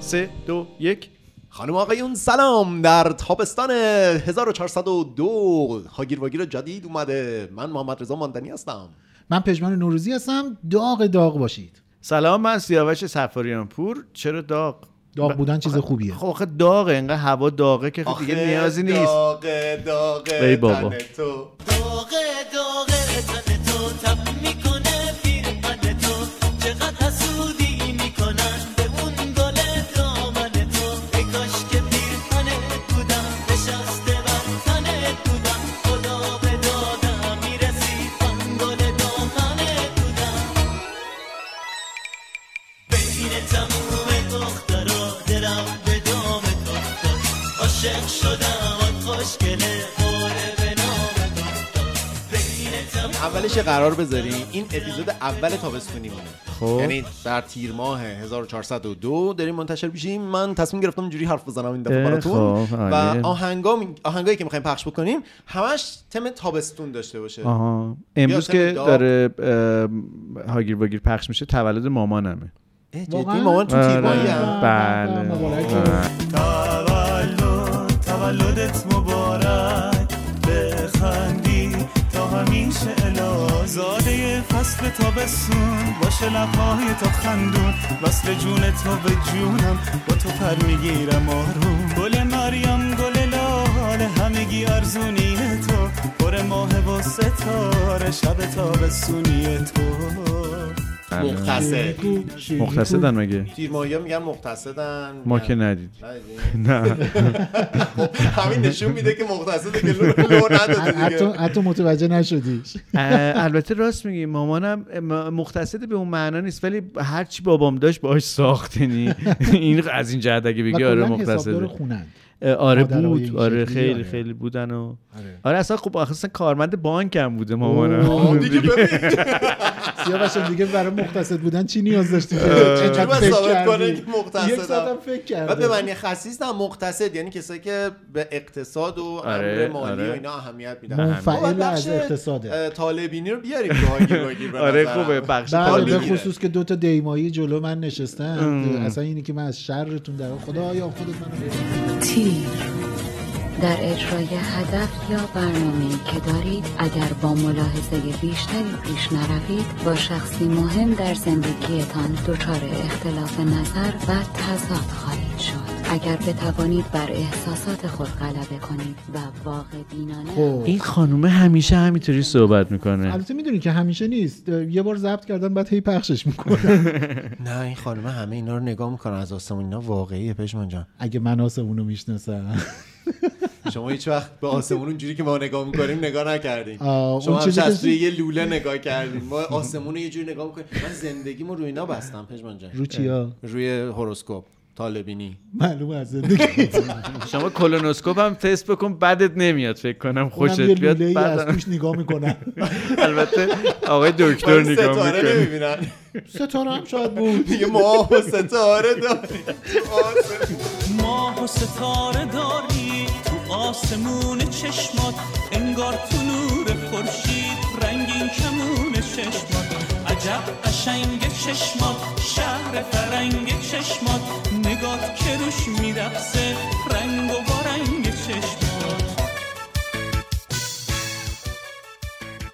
سه دو یک خانم آقایون سلام در تابستان 1402 هاگیر واگیر جدید اومده من محمد رضا ماندنی هستم من پژمان نوروزی هستم داغ داغ باشید سلام من سیاوش سفاریان پور چرا داغ داغ بودن چیز خوبیه خب آخه داغه انقدر هوا داغه که خب دیگه نیازی نیست داغ داغ ای بابا. تن تو داغه داغه تن تو تب میکنه پیر پن تو چقدر حسودی میکنن به اون گل دامن تو ای کاش که پیر پنت بودم نشسته بر تنت بودم خدا به دادم میرسید آن گل دامنت بودم بین تموم دخترا دلم به دام تو افتاد. عاشق شدم آن خوشگله خوره به نام تو افتاد. بین تموم اولش یه قرار بذاریم این اپیزود اول تابستونی مونه خب. یعنی در تیر ماه 1402 داریم منتشر میشیم من تصمیم گرفتم اینجوری حرف بزنم این دفعه اه، براتون خب، و عالیه. آهنگام آهنگایی که میخوایم پخش بکنیم همش تم تابستون داشته باشه آها امروز بیا که داغ. داره ام، هاگیر باگیر پخش میشه تولد مامانمه اه، جدی واقعاً؟ مامان تو آره. تیر ماهیه؟ بله. مبارک. تولد تولدت مبارک بخندی تا همیشه الا زاده فصل تابستون باشه لبهای تو خندون وصل جون تو به جونم با تو پر میگیرم آروم گل مریم گل لاله همگی ارزونی تو پر ماه و ستاره شب تابستونی تو آره. مختصر مختصدن مگه تیر ماهی‌ها میگن مختصدن ما که ندید نه خب، همین نشون میده که مختصده که لو لو نداده حتی دیگه حتی متوجه نشدی اه، البته راست میگی مامانم م- مختصد به اون معنا نیست ولی هرچی بابام داشت باهاش ساخت یعنی این از این جهت اگه و بگی آره کلا حسابدار مختصده خونن اه، آره مادرای بود این آره شکلی، خیلی آره. خیلی بودن و آره. آره اصلا خب آخه اصلا کارمند بانک هم بوده آه، مامانم خب، دیگه ببین آره. سیاوش دیگه برای مختصد بودن چی نیاز داشتی چجوری باید ثابت کنه که مختصدم؟ یک ساعت هم فکر و به کرده معنی خصیص هم مقتصد یعنی کسایی که به اقتصاد و امر آره، مالی آره. و اینا اهمیت میدن منفعل ما باید منفعل بخش، از اقتصاده اه، طالبینی رو بیاریم تو هاگیر واگیر به آره نظرم. خوبه بخش بله حال به طالبی. میگیره. خصوص که دوتا دیمایی جلو من نشستن اصلا اینی که من از شرتون در خدا یا خودت منو ببین. تیر در اجرای هدف یا برنامه که دارید اگر با ملاحظه بیشتری پیش نروید با شخصی مهم در زندگیتان دچار اختلاف نظر و تضاد خواهید شد اگر بتوانید بر احساسات خود غلبه کنید و واقع بینانه خب این خانومه همیشه همینطوری صحبت میکنه البته میدونی که همیشه نیست یه بار ضبط کردن بعد هی پخشش میکنن نه این خانم همه اینا رو نگاه میکنه از آسمون اینا واقعیه پشمان جان اگه من آسمون رو میشناسم شما هیچ وقت به آسمون اونجوری که ما نگاه میکنیم نگاه نکردیم آه، اون شما همیشه چیزی که- از توی یه لوله نگاه کردیم ما آسمون رو یه جوری نگاه میکنیم من زندگیمو روی اینا بستم پشمان جان رو چیا روی هوروسکوپ طالبینی معلومه از زندگی شما کلونوسکوپ هم تست بکن بدت نمیاد فکر کنم اونم یه خوشت بیاد لوله بعد- از توش نگاه میکنم البته آقای دکتر من نگاه ستاره میکنه نمیبینن ستاره هم شاید بود دیگه ما و ستاره داریم ماه و ستاره داری تو آسمون چشمات انگار تو نور خورشید رنگین کمون چشمات عجب قشنگ چشمات شهر فرنگ چشمات نگات که روش میرقصه رنگ و بارنگ چشمات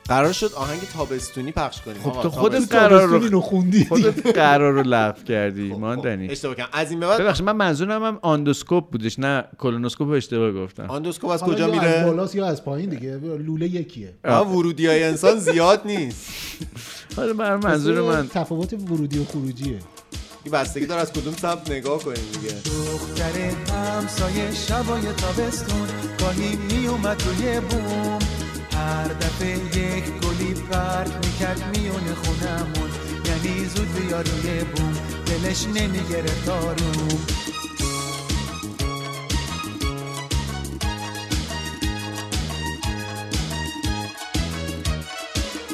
قرار شد آهنگ تابستونی پخش کنیم خب آقا، تو خودت تابستون. قرار تابستون رو اینو خوندی خودت قرار رو لغو کردی خب، ماندنی اشتباه کردم از این به بعد ببخشید من منظورم هم آندوسکوپ بودش نه کلونوسکوپ رو اشتباه گفتم آندوسکوپ از حالا کجا یا از میره بالاست یا از پایین دیگه لوله یکیه آه، ورودی های انسان زیاد نیست حالا بر منظور مثل آره، من تفاوت ورودی و خروجیه این بستگی داره از کدوم سمت نگاه کنیم دیگه دختر همسایه شبای تابستون گاهی می اومد روی بوم هر دفعه یک گلی پرک میکرد میون خونمون یعنی زود بیا روی بوم دلش نمیگرفت آروم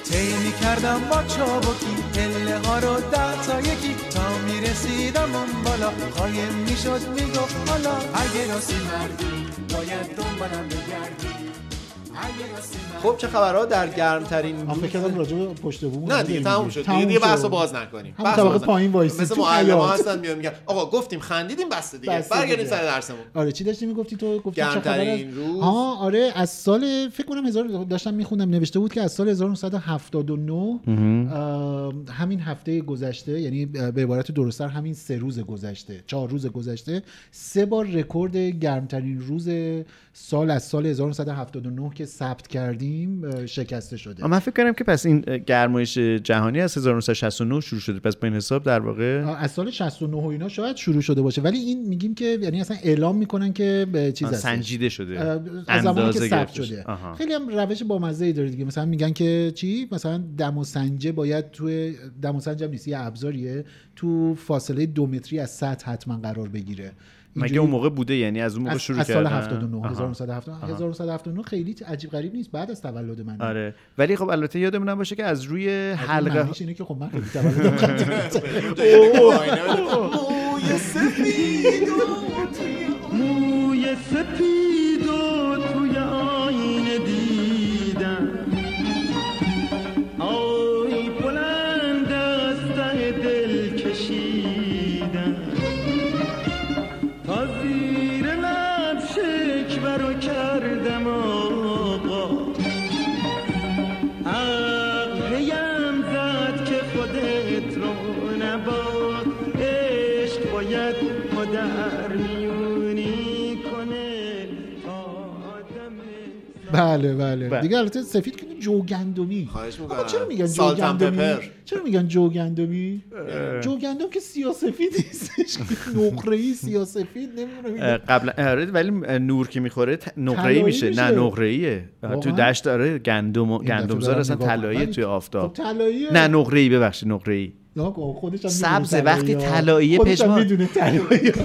طی میکردم با چابکی پله ها رو ده تا یکی تا میرسیدم اون بالا قایم میشد میگفت حالا اگه راستی مردی باید دنبالم بگردی خب چه خبرها در گرمترین من فکر کردم راجع به پشت بوم نه دیگه تموم شد دیگه, دیگه بحث رو باز نکنیم هم بحث طبقه باز نکنیم. پایین وایسید، مثل تو معلم ها حیاط. هستن میان میگن آقا گفتیم خندیدیم بسته دیگه بسته برگردیم دیگه. سر درسمون آره چی داشتی میگفتی تو گفتی چه خبر از... گرمترین روز. آها آره از سال فکر کنم هزار داشتم میخوندم نوشته بود که از سال 1979 آم، همین هفته گذشته یعنی به عبارت درستتر همین سه روز گذشته چهار روز گذشته سه بار رکورد گرمترین روز سال از سال 1979 که ثبت کردیم آه، شکسته شده آه، من فکر کردم که پس این گرمایش جهانی از 1969 شروع شده پس با این حساب در واقع از سال 69 و اینا شاید شروع شده باشه ولی این میگیم که یعنی اصلا اعلام میکنن که به چیز آه، هستش. سنجیده شده از زمانی که اندازه ثبت گرفته شده آها. خیلی هم روش بامزه ای داره دیگه مثلا میگن که چی مثلا دم و سنجه باید توی دم و سنج هم نیست یه ابزاریه تو فاصله دو متری از سطح حتما قرار بگیره مگه اینجوری اون موقع بوده یعنی از اون موقع از, شروع از کردن سال 79 آها. 1979 1979 خیلی عجیب غریب نیست بعد از تولد من آره ولی خب البته یادمون باشه که از روی حلقه معنیش اینه که خب من خیلی تولدم قدیمی. موی آره. سفید و توی موی سپید و توی آینه دیدم آی بلند از ته دل کشیدم تا زیر لب شکبر و کردم آقا حق هیم زد که خودت رو نباد عشق باید ما در میونی کنه تا آدم بله بله بله. دیگه البته سفید که جوگندمی خواهش می‌کنم. آقا چرا میگن سالت اند جوگندمی پپر. چرا میگن جوگندمی جوگندم که سیاسفید نیستش نقره ای سیاسفید اه، نمیدونم قبلا آره ولی نور که میخوره نقره طلایی میشه نه میشه. نقره ایه تو واقعا؟ دشت آره گندم و- گندمزار اصلا طلایی توی خب آفتاب طلایی نه نقره ای ببخشید نقره ای خودش هم سبز می‌دونه وقتی طلایی‌ها. طلاییه خودش هم پشمان. میدونه طلایی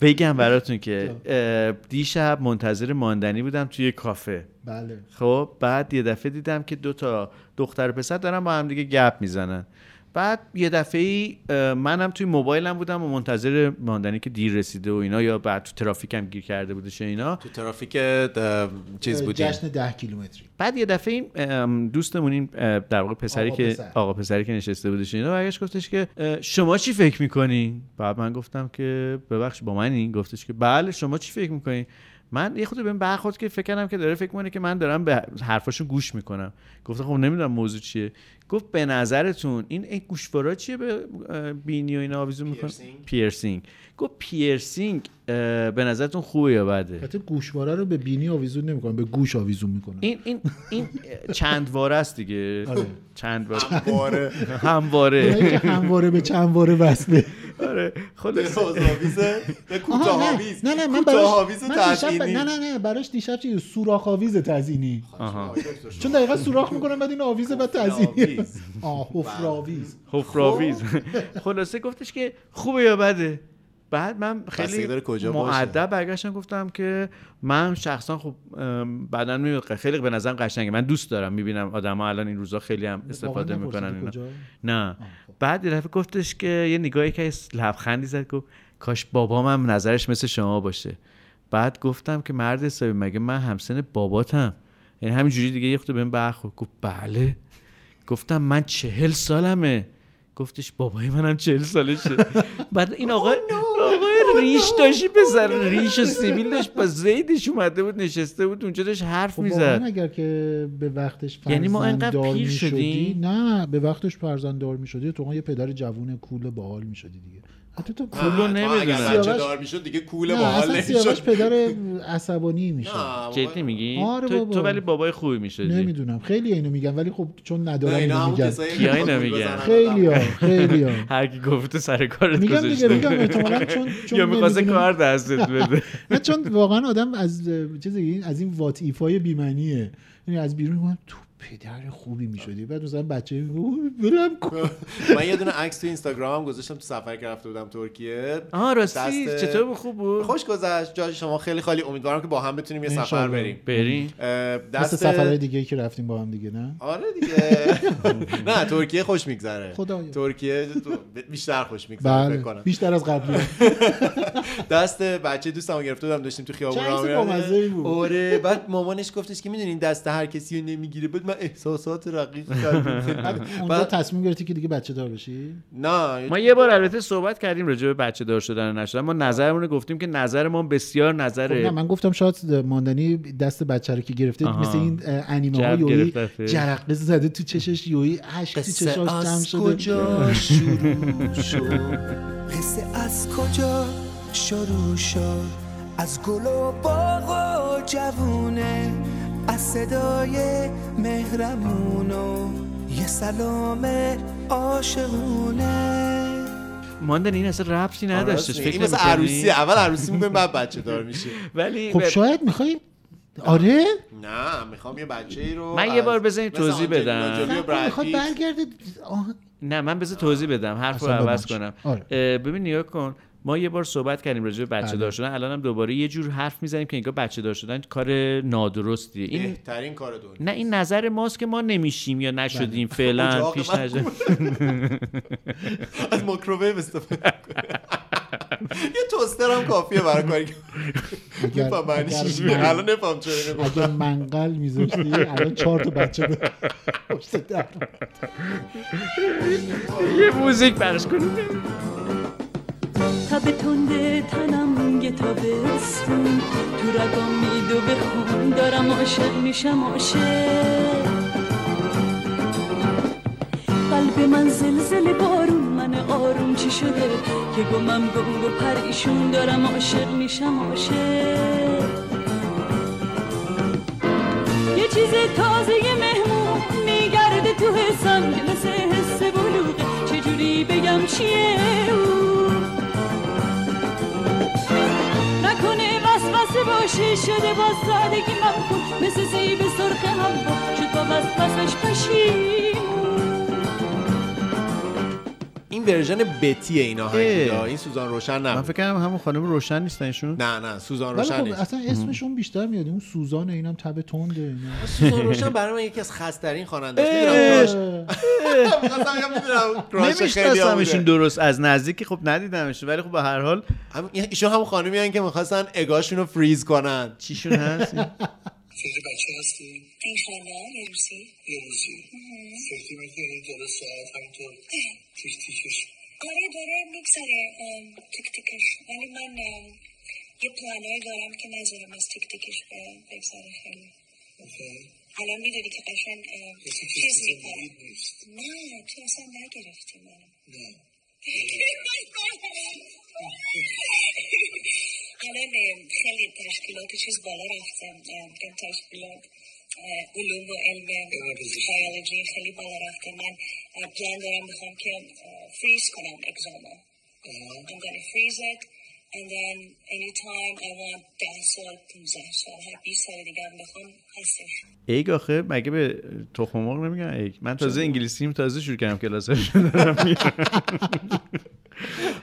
بگم براتون که اه، دیشب منتظر ماندنی بودم توی کافه بله خب بعد یه دفعه دیدم که دو تا دختر و پسر دارن با هم دیگه گپ میزنن بعد یه دفعه ای منم توی موبایلم بودم و منتظر ماندنی که دیر رسیده و اینا یا بعد تو ترافیکم گیر کرده بودش و اینا تو ترافیک ده- چیز بودیم جشن ده کیلومتری بعد یه دفعه این ام، دوستمون این اه، در واقع پسری آقا که پسر. آقا پسری که نشسته بودش اینا برگشت گفتش که اه، شما چی فکر میکنین بعد من گفتم که ببخش با من این گفتش که بله شما چی فکر میکنین من یه خود بهم برخورد که فکر کردم که داره فکر کنه که من دارم به حرفاشون گوش میکنم گفتم خب نمیدونم موضوع چیه گفت به نظرتون این این گوشوارا چیه به اه، بینی و اینا آویزون میکنه پیرسینگ؟ پیرسینگ گفت پیرسینگ اه، به نظرتون خوبه یا بده البته گوشواره رو به بینی آویزون نمیکنه به گوش آویزون میکنه این این این چند واره است دیگه آره. چند واره باره همواره همواره به چندواره وصله آره خلاص درازآویزه نه آها، نه. کوتاه‌آویز نه نه من براش کوتاه‌آویز من دیشب- تزئینی. نه نه نه براش دیشب چیز سوراخ آویز تزیینی چون دقیقا سوراخ میکنم بعد این آویز بعد تزیینی آویز. آه حفره آویز بله. حفراویز خب. خلاصه گفتش که خوبه یا بده بعد من بستگی خیلی داره کجا باشه. معدب برگشتم گفتم که من شخصا خب ام، بعدا می‌بینم خیلی به نظرم قشنگه من دوست دارم میبینم آدما الان این روزا خیلی هم استفاده واقعا نپرسیدی میکنن اینا. کجا؟ نه خب. بعد یه دفعه گفتش که یه نگاهی که لبخندی زد گفت کاش بابامم نظرش مثل شما باشه بعد گفتم که مرد حسابی مگه من همسن باباتم یعنی همینجوری دیگه یه خود بهم برخورد گفت بله گفتم من چهل سالمه گفتش بابای منم چهل سالشه بعد این آقا Oh آقا ریش داشتی پسر ریش و سیبیل داشت با زیدش اومده بود نشسته بود اونجا داشت حرف خب واقعاً میزد اگر که به وقتش یعنی ما اینقدر فرزنددار پیر می‌شدی- شدیم؟ نه به وقتش فرزنددار میشدی تو یه پدر جوون کول باحال میشدی دیگه حتی تو کولو نمی‌دونه. اگر بچه سیاوش- دار میشد دیگه کوله نه باحال اصلا سیاوش نمیشد پدر عصبانی میشه جدی میگی آره تو, بابا. تو ولی بابای خوبی میشدی نمیدونم خیلی اینو میگن ولی خب چون ندارم اینا اینو همون میگن کسایی کیا که اینو گول میگن؟ بزنن خیلی ها آدم. خیلی ها هر کی گفته سر کارت میگم دیگه گذاشته میگم احتمالاً چون چون یا میخواسته نمی‌دونم- کار دستت بده نه چون واقعا آدم از چیزی از این وات ایف های بیمنیه یعنی از بیرون من تو پدر خوبی میشدی بعد مثلا بچه میگو بلم کن من یه دونه عکس تو اینستاگرام گذاشتم تو سفر که رفته بودم ترکیه آها راستی دست- چطور خوب بود خوش گذشت جای شما خیلی خالی امیدوارم که با هم بتونیم یه سفر انشالله. بریم بریم اه، مثل دست سفرهای دیگه که رفتیم با هم دیگه نه آره دیگه نه ترکیه خوش میگذره خدایا. ترکیه تو- بیشتر خوش میگذره فکر بله کنم بیشتر از قبلی دست بچه دوستمو گرفته بودم داشتیم تو چه خیابون عکس راه می‌رفتیم. بامزه‌ای بود. آره بعد مامانش گفتش که میدونین دست هر کسی رو نمیگیره بعد من احساسات رقیق کردم اونجا بعد- تصمیم گرفتی که دیگه بچه دار بشی نه ما یه بار البته صحبت کردیم راجع به بچه دار شدن و نشدن ما نظرمون رو گفتیم که نظر ما بسیار خب، نه نظر من گفتم شاید ماندنی دست بچه رو که گرفته آها. مثل این اه، انیمه ها جب یوی گرفته. جرقه زده تو چشش یوی اشک تو قصه چشاش جمع از شده کجا شروع شد قصه از کجا شروع شد از گل و باغ و جوونه از صدای مهرمون و یه سلام عاشقونه ماندن این اصلا ربطی آره، نداشتش این فکر مثل نمی‌کنی؟ عروسی اول عروسی میکنیم بعد بچه دار میشه ولی خب به- شاید میخوای آره نه میخوام یه بچه ای رو من یه از- بار بذارین مثل توضیح آنجلینا بدم. جولی و براد میخواد پیت. برگرده آه، نه من بذار توضیح بدم حرف رو اصلا به عوض من چه. کنم آره. اه، ببین نگاه کن ما یه بار صحبت کردیم راجع به بچه بله. دار شدن الانم دوباره یه جور حرف میزنیم که انگار بچه دار شدن کار نادرستیه این بهترین کار دنیا نه این نظر ماست که ما نمیشیم یا نشدیم فعلا اجاق پیش من نشد از ماکروویو استفاده کنه. یه توستر هم کافیه برای کاری که اگر- می‌فهم معنیش اگر چی من- میشه. الان نفهم چرا اینو گفتم. اگه منقل میذاشتی الان چهار تا بچه بود پشت در. یه موزیک پخش کنیم تب تنده تنم یه تابستون تو رگام میدو بخون دارم عاشق میشم عاشق قلب من زلزله بارون من آروم چی شده که گمم گم و پریشون دارم عاشق میشم عاشق یه چیز تازه یه مهمون میگرده تو حسم که مثل حس بلوغه چجوری بگم چیه اون نکنه وسوسه باشه شده با سادگی من خوب مثل سیب سرخ هم شد با وسوسش پشیمون این ورژن بتی این آهنگ اه. این سوزان روشن من نه فکر کنم همون خانم روشن نیستن ایشون نه نه سوزان ولی روشن خب نیست اصلا اسمشون بیشتر میاد اون سوزان اینم تب تنده اینا. سوزان روشن برای من یکی از خسترین خواننده میدونم میخواستم بگم میدونم کراش خیلی ها نمیشناسمشون بوده درست از نزدیک خب ندیدمشون ولی خب به هر حال هم- ایشون هم خانمی هن که میخواستن اگاشون رو فریز کنن چیشون هست فکر بچه هستی؟ انشالله یه روزی یه روزی فکر میکنی داره ساعت همینطور تیک تیکش آره داره میگذره ام، تیک تیکش ولی من ام، یه پلانایی دارم که نذارم از تیک تیکش ب- بگذره خیلی آخه، الان میدونی که قشنگ ام، مثل کسی چیز که میکنم زندگیت نیست نه تو اصلا نگرفتی منو نه الان ام، آره، خیلی تشکیلات چیز بالا رفتم ام، این تشکیلات اه، علوم و علم بیولوژی خیلی بالا رفته من اه، پلان دارم میخوام که اه، فریز کنم اگزامو I'm gonna freeze it and then anytime I want ده سال 15 سال هر 20 سال دیگه هم بخوام هستش ایگ آخه مگه به تخم مرغ نمیگن ایگ من تازه انگلیسیم تازه شروع کردم کلاسش دارم میرم.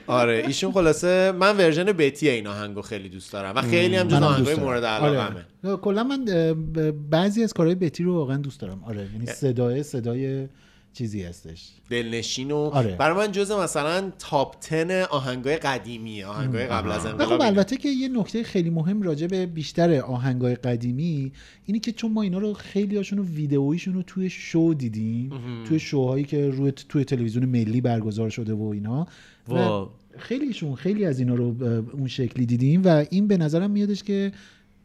آره ایشون خلاصه من ورژن بتی این آهنگو خیلی دوست دارم و خیلی هم جز منم آهنگای دوست دارم. مورد علاقمه آره. کلا من اه، ب- بعضی از کارهای بتی رو واقعا دوست دارم آره یعنی صدای صدای چیزی هستش دلنشین و آره. برای من جز مثلا تاپ 10 آهنگای قدیمی آهنگای قبل از و خب انقلاب اینه. البته که یه نکته خیلی مهم راجع به بیشتر آهنگای قدیمی اینه که چون ما اینا رو خیلی هاشون رو ویدئویشون رو توی شو دیدیم توی شوهایی که روی توی تلویزیون ملی برگزار شده و اینا و واو. خیلیشون خیلی از اینا رو اه، اون شکلی دیدیم و این به نظرم میادش که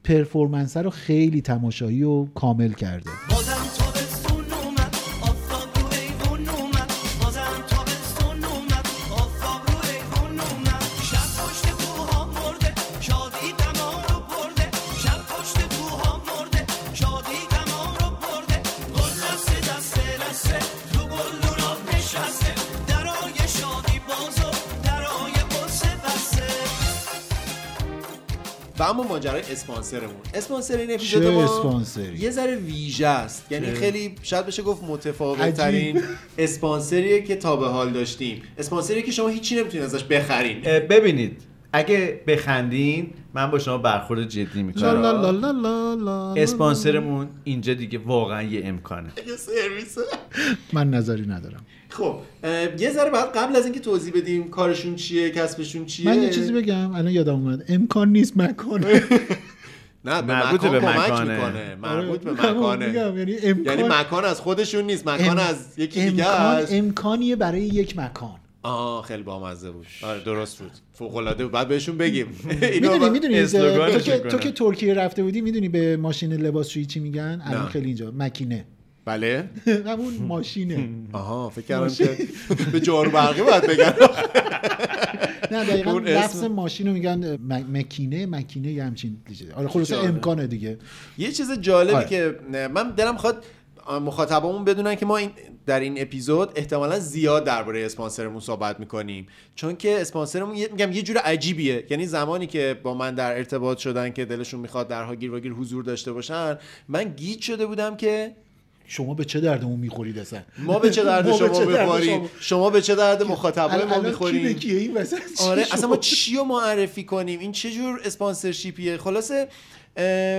پرفورمنس رو خیلی تماشایی و کامل کرده بازم تابستون اومد آفتاب رو ایوون اومد بازم تابستون اومد آفتاب رو ایوون اومد شب پشت کوها مرده شادی تمام رو برده شب پشت کوها مرده شادی تمام رو برده گل دسته دسته دسته تو گل آب نشسته درای شادی بازو درای قصه بسته و اما ماجرای اسپانسرمون اسپانسر این چه اپیزود ما اسپانسری؟ یه ذره ویژه است یعنی خیلی شاید بشه گفت متفاوت ترین اسپانسریه که تا به حال داشتیم اسپانسریه که شما هیچی نمیتونید ازش بخرین اه، ببینید اگه بخندین من با شما برخورد جدی لا لا لا میکنم لا لا لا. اسپانسرمون اینجا دیگه واقعا یه امکانه یه سرویسه من نظری ندارم خب اه، یه ذره بعد قبل از اینکه توضیح بدیم کارشون چیه کسبشون چیه من یه چیزی بگم الان یادم اومد امکان نیست مکان نه به مربوط مکان به کمک مکانه. میکنه مربوط به آره، همون مکانه میگم، یعنی یعنی امکان مکان از خودشون نیست مکان ام- از یکی دیگه امکان است امکانیه برای یک مکان آه خیلی بامزه بود آره درست بود فوق العاده بود بعد بهشون بگیم اینا میدونی با- میدونی اسلوگانش تو, که- می‌کنن. تو که ترکیه رفته بودی میدونی به ماشین لباسشویی چی میگن الان نه. خیلی اینجا مکینه بله همون ماشینه آها فکر کردم که به جارو برقی باید بگن نه دقیقا اون لفظ اسم. ماشین رو میگن م- مکینه مکینه یه همچین چیزی. آره خلاصه جالب. امکانه دیگه یه چیز جالبی آره. که نه، من دلم خواد مخاطبامون بدونن که ما این در این اپیزود احتمالا زیاد درباره اسپانسرمون صحبت میکنیم چون که اسپانسرمون یه- میگم یه جور عجیبیه یعنی زمانی که با من در ارتباط شدن که دلشون میخواد درها گیر و گیر حضور داشته باشن من گیج شده بودم که شما به چه دردمون میخورید اصلا ما به چه درد ما به شما چه درد میخوریم شما؟ شما به چه درد مخاطبای ما الان الان کی به میخوریم کیه این وسط چی آره شما؟ اصلا ما چی رو معرفی کنیم این چه جور اسپانسرشیپیه خلاصه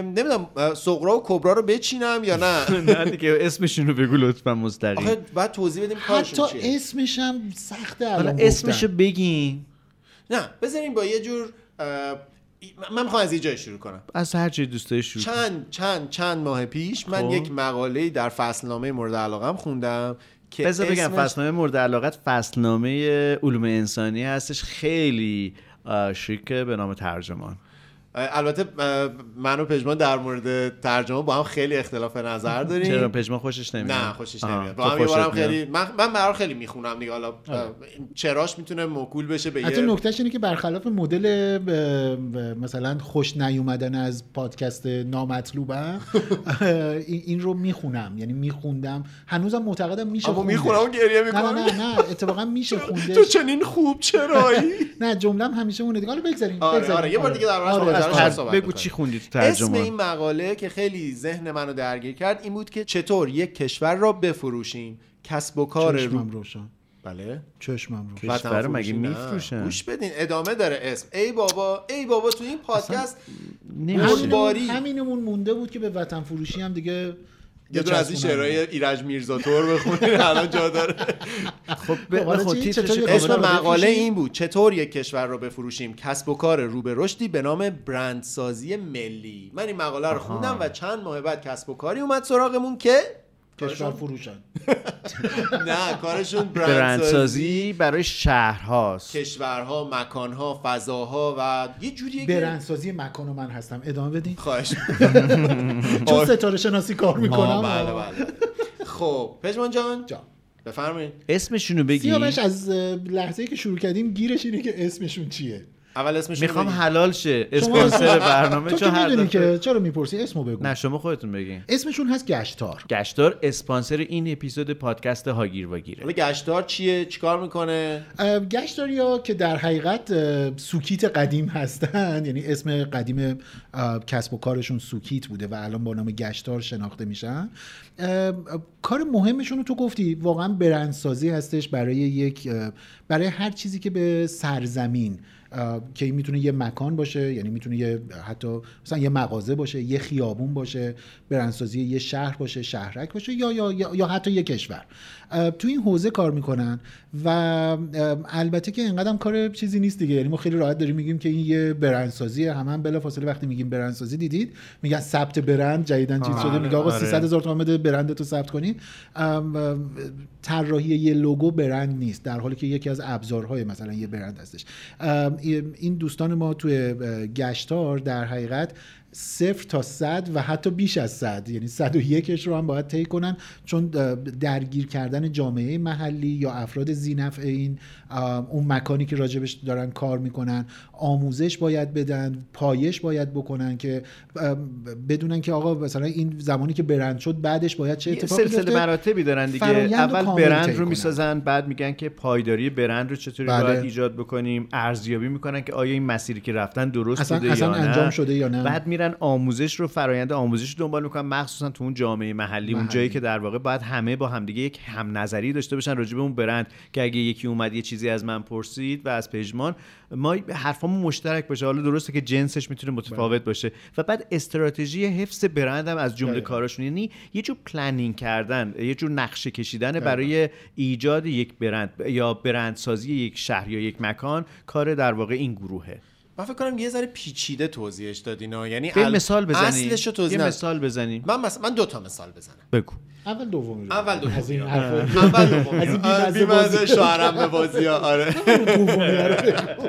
نمیدونم سقرا و کبرا رو بچینم یا نه نه دیگه اسمشون رو بگو لطفا آخه مستقیم بعد توضیح بدیم حتی کارشون چیه اسمش هم سخته الان حالا گفتن. اسمشو بگین نه بذاریم با یه جور اه، من میخوام از یه جای شروع کنم از هر چی دوست داری شروع کن. چند چند چند ماه پیش من خب. یک مقاله در فصلنامه مورد علاقم خوندم که بذار بگم اسمش- فصلنامه مورد علاقت فصلنامه علوم انسانی هستش خیلی آه، شیکه به نام ترجمان البته اه، من و پژمان در مورد ترجمه با هم خیلی اختلاف نظر داریم چرا پژمان خوشش نمیاد نه خوشش آها، نمیاد تو با هم یه خوشت بارم میاد. آره. خیلی من من برام خیلی میخونم دیگه حالا این چراش میتونه موکول بشه به حتی یه نکتهش اینه که برخلاف مدل اه، ب- مثلا خوش نیومدن از پادکست نامطلوبم اه، این این رو میخونم یعنی میخوندم هنوزم معتقدم میشه خب اما خوندش. میخونم و گریه نه نه میکنم نه نه اتفاقا میشه خوندش تو چنین خوب چرایی نه جملم همیشه اونه دیگه حالا بگذاریم آره، بگذاریم. آره، یه بار دیگه درباره‌اش صحبت آره، تر- کنیم. آره. صحبت خب، بگو می‌کنی. چی خوندی تو اسم این ترجمان مقاله که خیلی ذهن منو درگیر کرد این بود که چطور یک کشور را بفروشیم کسب و کار آره، رو چشمم روشن بله چشمم روشن کشور وطن رو مگه فروشی نه. می‌فروشن؟ گوش بدین ادامه داره اسم ای بابا ای بابا تو این پادکست نمیشه همین- همینمون, باری. همینمون مونده بود که به وطن فروشی هم دیگه یه دور از این بچسبونم. شعرهای ایرج میرزاتور بخونین الان جا داره خب خب، حالا بخون چی؟ تیترش چطور یه کاملا کاملا آره، اسم رو بفروشیم؟ مقاله این بود چطور یک کشور را بفروشیم کسب و کار رو به رشدی به نام برندسازی ملی من این مقاله رو خوندم و چند ماه بعد کسب و کاری اومد سراغمون که کشور فروشن نه کارشون برندسازی برندسازی برای شهرهاست کشورها مکانها فضاها و یه جوریه که برندسازی مکان و من هستم ادامه بدین خواهش خب. چون ستاره شناسی کار آه، میکنم بله بله خب پژمان جان جان. بفرمایید اسمشونو بگی سیاوش از لحظه که شروع کردیم گیرش اینه که اسمشون چیه اول اسمش میخوام میخوام حلال شه اسپانسر برنامه تو که چون هر میدونی دفعه- که چرا میپرسی اسمو بگو نه شما خودتون بگین اسمشون هست گشتار گشتار اسپانسر این اپیزود پادکست هاگیر واگیره حالا گشتار چیه چیکار میکنه اه، گشتاریا که در حقیقت اه، سوکیت قدیم هستند یعنی اسم قدیم اه، کسب و کارشون سوکیت بوده و الان با نام گشتار شناخته میشن اه، اه، کار مهمشون رو تو گفتی واقعا برندسازی هستش برای یک اه، برای هر چیزی که به سرزمین اه، که این میتونه یه مکان باشه یعنی میتونه یه حتی مثلا یه مغازه باشه یه خیابون باشه برندسازی یه شهر باشه شهرک باشه یا یا یا, یا حتی یه کشور اه، تو این حوزه کار میکنن و اه، البته که اینقدرم کار چیزی نیست دیگه یعنی ما خیلی راحت داریم میگیم که این یه برندسازی هم هم بلافاصله وقتی میگیم برندسازی دیدید میگن ثبت برند جدیدن چیز شده میگه آقا آره. 300 هزار تومن بده برندتو ثبت کنی ام، ام، طراحی یه لوگو برند نیست در حالی که یکی از ابزارهای مثلا یه برند هستش ام، این دوستان ما توی اه، گشتار در حقیقت صفر تا صد و حتی بیش از صد یعنی صد و یکش رو هم باید طی کنن چون درگیر کردن جامعه محلی یا افراد زینف این اون مکانی که راجبش دارن کار میکنن آموزش باید بدن پایش باید بکنن که بدونن که آقا مثلا این زمانی که برند شد بعدش باید چه اتفاقی سلسله مراتبی دارن دیگه اول برند رو میسازن بعد میگن که پایداری برند رو چطوری بله. باید ایجاد بکنیم ارزیابی میکنن که آیا این مسیری که رفتن درست اصلا- بوده اصلا یا نه انجام شده یا نه. بعد میرن آموزش رو فرایند آموزش رو دنبال میکنن مخصوصا تو اون جامعه محلی, اون محلی. جایی که در واقع باید همه با همدیگه یک هم نظری داشته باشن راجع به اون برند که اگه یکی اومد یه چیزی از من پرسید و از پژمان ما حرفامون مشترک باشه حالا درسته که جنسش میتونه متفاوت باشه و بعد استراتژی حفظ برند هم از جمله کاراشون یعنی یه جور پلنینگ کردن یه جور نقشه کشیدن برای ایجاد یک برند یا برندسازی یک شهر یا یک مکان کار در واقع این گروهه من فکر کنم یه ذره پیچیده توضیحش دادین ها. یعنی به ال- مثال بزنی اصلش رو توضیح یه ند- مثال بزنی من مثلا من دو تا مثال بزنم بگو اول دومی رو اول دومی از این رو. حرفا. اول دومی. از این آره، بی‌مزه بازی. بی‌مزه شوهرم به بازی ها، آره دومی رو بگو.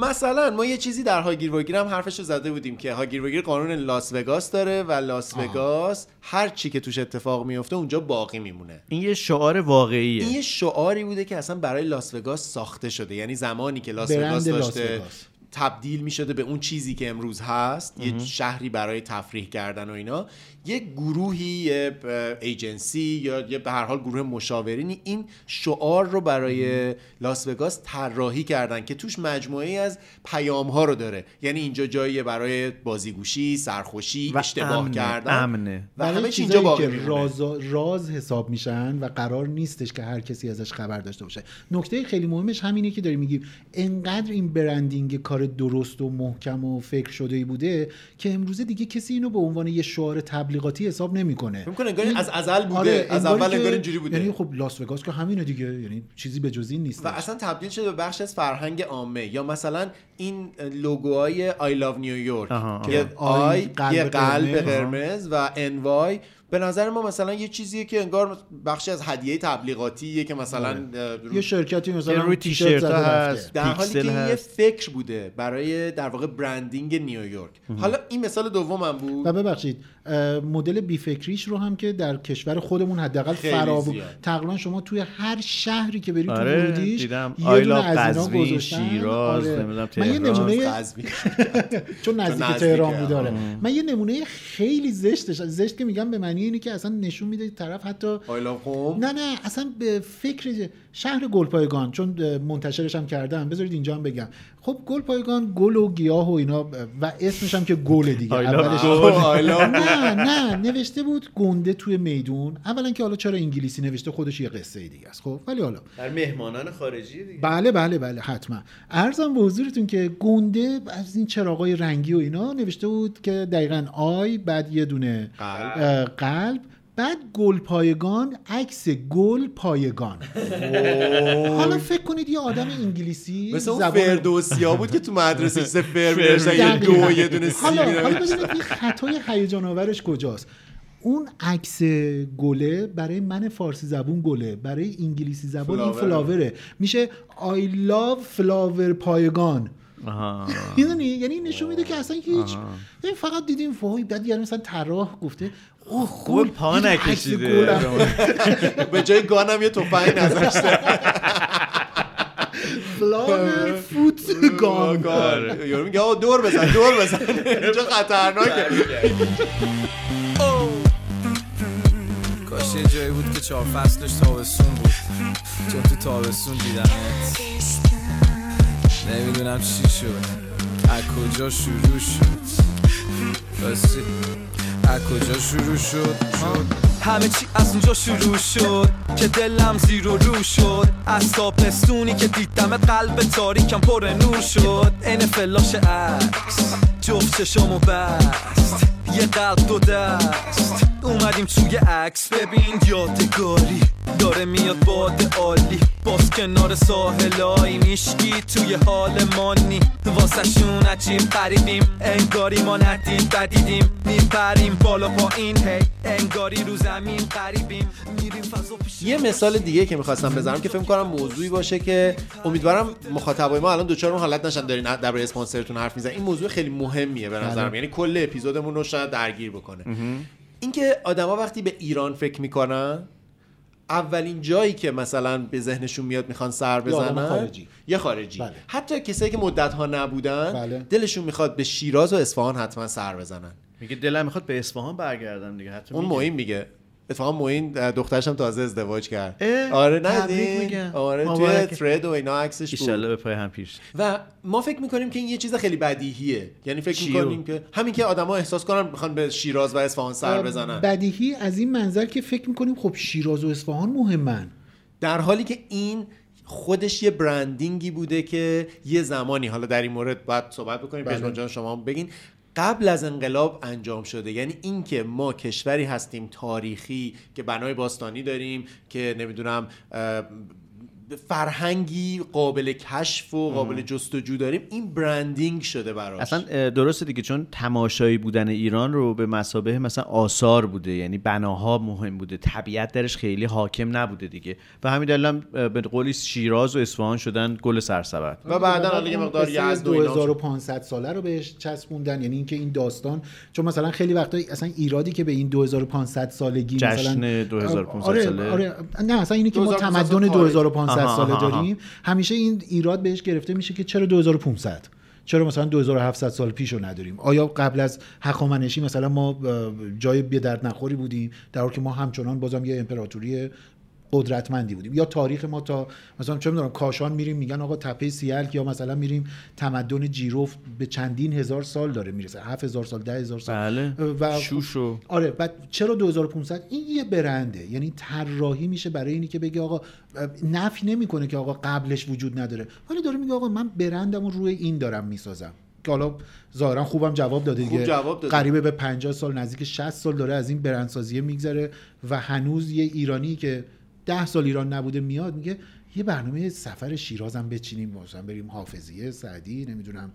مثلا ما یه چیزی در هاگیر واگیر هم حرفش رو زده بودیم که هاگیر واگیر قانون لاس وگاس داره و لاس وگاس هر چی که توش اتفاق میفته اونجا باقی میمونه این یه شعار واقعیه این یه شعاری بوده که اصلا برای لاس وگاس ساخته شده یعنی زمانی که لاس برند وگاس لاس داشته وگاس. تبدیل می شده به اون چیزی که امروز هست یه شهری برای تفریح کردن و اینا یه گروهی یه اه، ایجنسی یا یه به هر حال گروه مشاورینی این شعار رو برای لاس وگاس طراحی کردن که توش مجموعه ای از پیام ها رو داره یعنی اینجا جاییه برای بازیگوشی سرخوشی و اشتباه امنه، کردن امنه. و برای همه چی چیزایی اینجا باقی که می‌مونه. راز, راز حساب میشن و قرار نیستش که هر کسی ازش خبر داشته باشه نکته خیلی مهمش همینه که داریم میگیم انقدر این برندینگ کار درست و محکم و فکر شده ای بوده که امروزه دیگه کسی اینو به عنوان یه شعار تبلیغاتی حساب نمیکنه فکر کنم انگار از ازل بوده آره، از انگاری اول که- انگار اینجوری بوده یعنی خب لاس وگاس که همینه دیگه یعنی چیزی به جز این نیست و اصلا تبدیل شده به بخش از فرهنگ عامه یا مثلا این لوگوهای آی لاف نیویورک آها، آها. که آی، آی قلب یه قلب قرمز. قرمز و انوای به نظر ما مثلا یه چیزیه که انگار بخشی از هدیه تبلیغاتیه که مثلا اه، رو- یه شرکتی که مثلا یعنی روی تیشرت تیشرت زده رفته. هست در حالی آره. پیکسل که این یه هست. فکر بوده برای در واقع برندینگ نیویورک حالا این مثال دومم بود و ببخشید اه، مدل بیفکریش رو هم که در کشور خودمون حداقل خیلی فراوون زیاد. تقریبا شما توی هر شهری که بری آره، تو ورودیش دیدم. یه آیلا، دونه از اینا قزوین، گذاشتن. آره. شیراز، نمیدونم من یه تهران، نمونه قزوین. چون نزدیک نزدیکه، تهران آه. بود آره. من یه نمونه خیلی زشتش زشت که میگم به معنی اینه که اصلا نشون میده طرف حتی آی لاف قم. نه نه اصلا به فکر شهر گلپایگان چون منتشرش هم کردم بذارید اینجا هم بگم خب گلپایگان گل و گیاه و اینا و اسمش هم که گل دیگه آی لاف اولش گل. آه، آی لاف قم. نه نه نوشته بود گنده توی میدون اولا که حالا چرا انگلیسی نوشته خودش یه قصه دیگه است خب ولی حالا در مهمانان خارجی دیگه بله بله بله حتما ارزم به حضورتون که گنده از این چراغای رنگی و اینا نوشته بود که دقیقا آی بعد یه دونه قلب. اه، قلب بعد گل پایگان عکس گل پایگان حالا فکر کنید یه آدم انگلیسی مثل اون زبان- فردوسیا بود که تو مدرسه چیز فر می‌نوشتن، یه دقیقاً. دو یه دونه سی حالا می‌نوشتن. حالا ببینید این خطای هیجان آورش کجاست اون عکس گله برای من فارسی زبون گله برای انگلیسی زبون این فلاوره. فلاوره میشه I love فلاور پایگان میدونی یعنی این نشون میده که اصلا هیچ این فقط دیدیم وای بعد یعنی مثلا طراح گفته خب، اوه خوب پا این عکس نکشیده گلم. به جای گانم یه تفنگ نذاشته فلاور فوت گام گان یارو میگه آقا دور بزن دور بزن اینجا خطرناکه کاش یه جایی بود که چهار فصلش تابستون بود چون تو تابستون دیدمت نمیدونم چی شد از کجا شروع شد راستی از کجا شروع شد همه چی از اونجا شروع شد که دلم زیر و رو شد از تابستونی که دیدم قلب تاریکم پر نور شد عین فلاش عکس جفت چشامو بست یه قلب دو دست اومدیم توی عکس ببین یادگاری داره میاد باد عالی باز کنار ساحلایی میشکی توی حال مانی واسه شون عجیب قریبیم انگاری ما ندید بدیدیم میپریم بالا پایین هی انگاری رو زمین قریبیم میریم فضا پیش یه مثال دیگه که میخواستم بزنم که فکر کنم موضوعی باشه که امیدوارم مخاطبای ما الان دوچار اون حالت نشن دارین در اسپانسرتون حرف میزنین این موضوع خیلی مهمیه به نظرم بله. یعنی کل اپیزودمون رو شاید درگیر بکنه اینکه آدما وقتی به ایران فکر میکنن اولین جایی که مثلا به ذهنشون میاد میخوان سر یه آدم بزنن خارجی. یه خارجی بله. حتی کسایی که مدت ها نبودن بله. دلشون میخواد به شیراز و اصفهان حتما سر بزنن میگه دلم میخواد به اصفهان برگردم دیگه حتی اون میگه. معین میگه اتفاقا معین دخترش هم تازه ازدواج کرد اه، آره تبریک ندیدین میگم. آره توی مبارکه. ترد و اینا عکسش بود ایشالله به پای هم پیش و ما فکر میکنیم که این یه چیز خیلی بدیهیه یعنی فکر چیو؟ میکنیم که همین که آدما احساس کنن میخوان به شیراز و اصفهان آره. سر بزنن بدیهی از این منظر که فکر میکنیم خب شیراز و اصفهان مهمن در حالی که این خودش یه برندینگی بوده که یه زمانی حالا در این مورد باید صحبت بکنیم بله. پژمان جان شما بگین قبل از انقلاب انجام شده یعنی اینکه ما کشوری هستیم تاریخی که بنای باستانی داریم که نمیدونم اه، فرهنگی قابل کشف و قابل جستجو داریم این برندینگ شده براش اصلا اه، درسته دیگه چون تماشایی بودن ایران رو به مسابه مثلا آثار بوده یعنی بناها مهم بوده طبیعت درش خیلی حاکم نبوده دیگه و همین دلیل هم اه، به قولی شیراز و اصفهان شدن گل سرسبد و بعدا حالا یه اون مقدار آره، قصه یزد و اینا شد. 2500 ساله رو بهش چسبوندن یعنی اینکه این داستان چون مثلا خیلی وقتا اصلا ایرادی که به این 2500 سالگی جشن مثلا 2500 آره، ساله. آره نه اصلا اینه که ما 2500 تمدن خارج. 2500 آها، ساله آها، آها. داریم همیشه این ایراد بهش گرفته میشه که چرا 2500 چرا مثلا 2700 سال پیش رو نداریم آیا قبل از هخامنشی مثلا ما اه، جای به درد نخوری بودیم در حالی که ما همچنان بازم یه امپراتوری قدرتمندی بودیم یا تاریخ ما تا مثلا چه میدونم کاشان میریم میگن آقا تپه سیلک یا مثلا میریم تمدن جیروف به چندین هزار سال داره میرسه 7000 سال 10000 سال بله و شوش و آره بعد چرا 2500 این یه برنده یعنی طراحی میشه برای اینی که بگه آقا نفی نمیکنه که آقا قبلش وجود نداره ولی داره میگه آقا من برندم رو روی این دارم میسازم که حالا ظاهرا خوبم جواب داده دیگه خوب جواب داده. قریبه به 50 سال نزدیک 60 سال داره از این برندسازی میگذره و هنوز یه ایرانی که 10 سال ایران نبوده میاد میگه یه برنامه سفر شیرازم بچینیم مثلا بریم حافظیه سعدی نمیدونم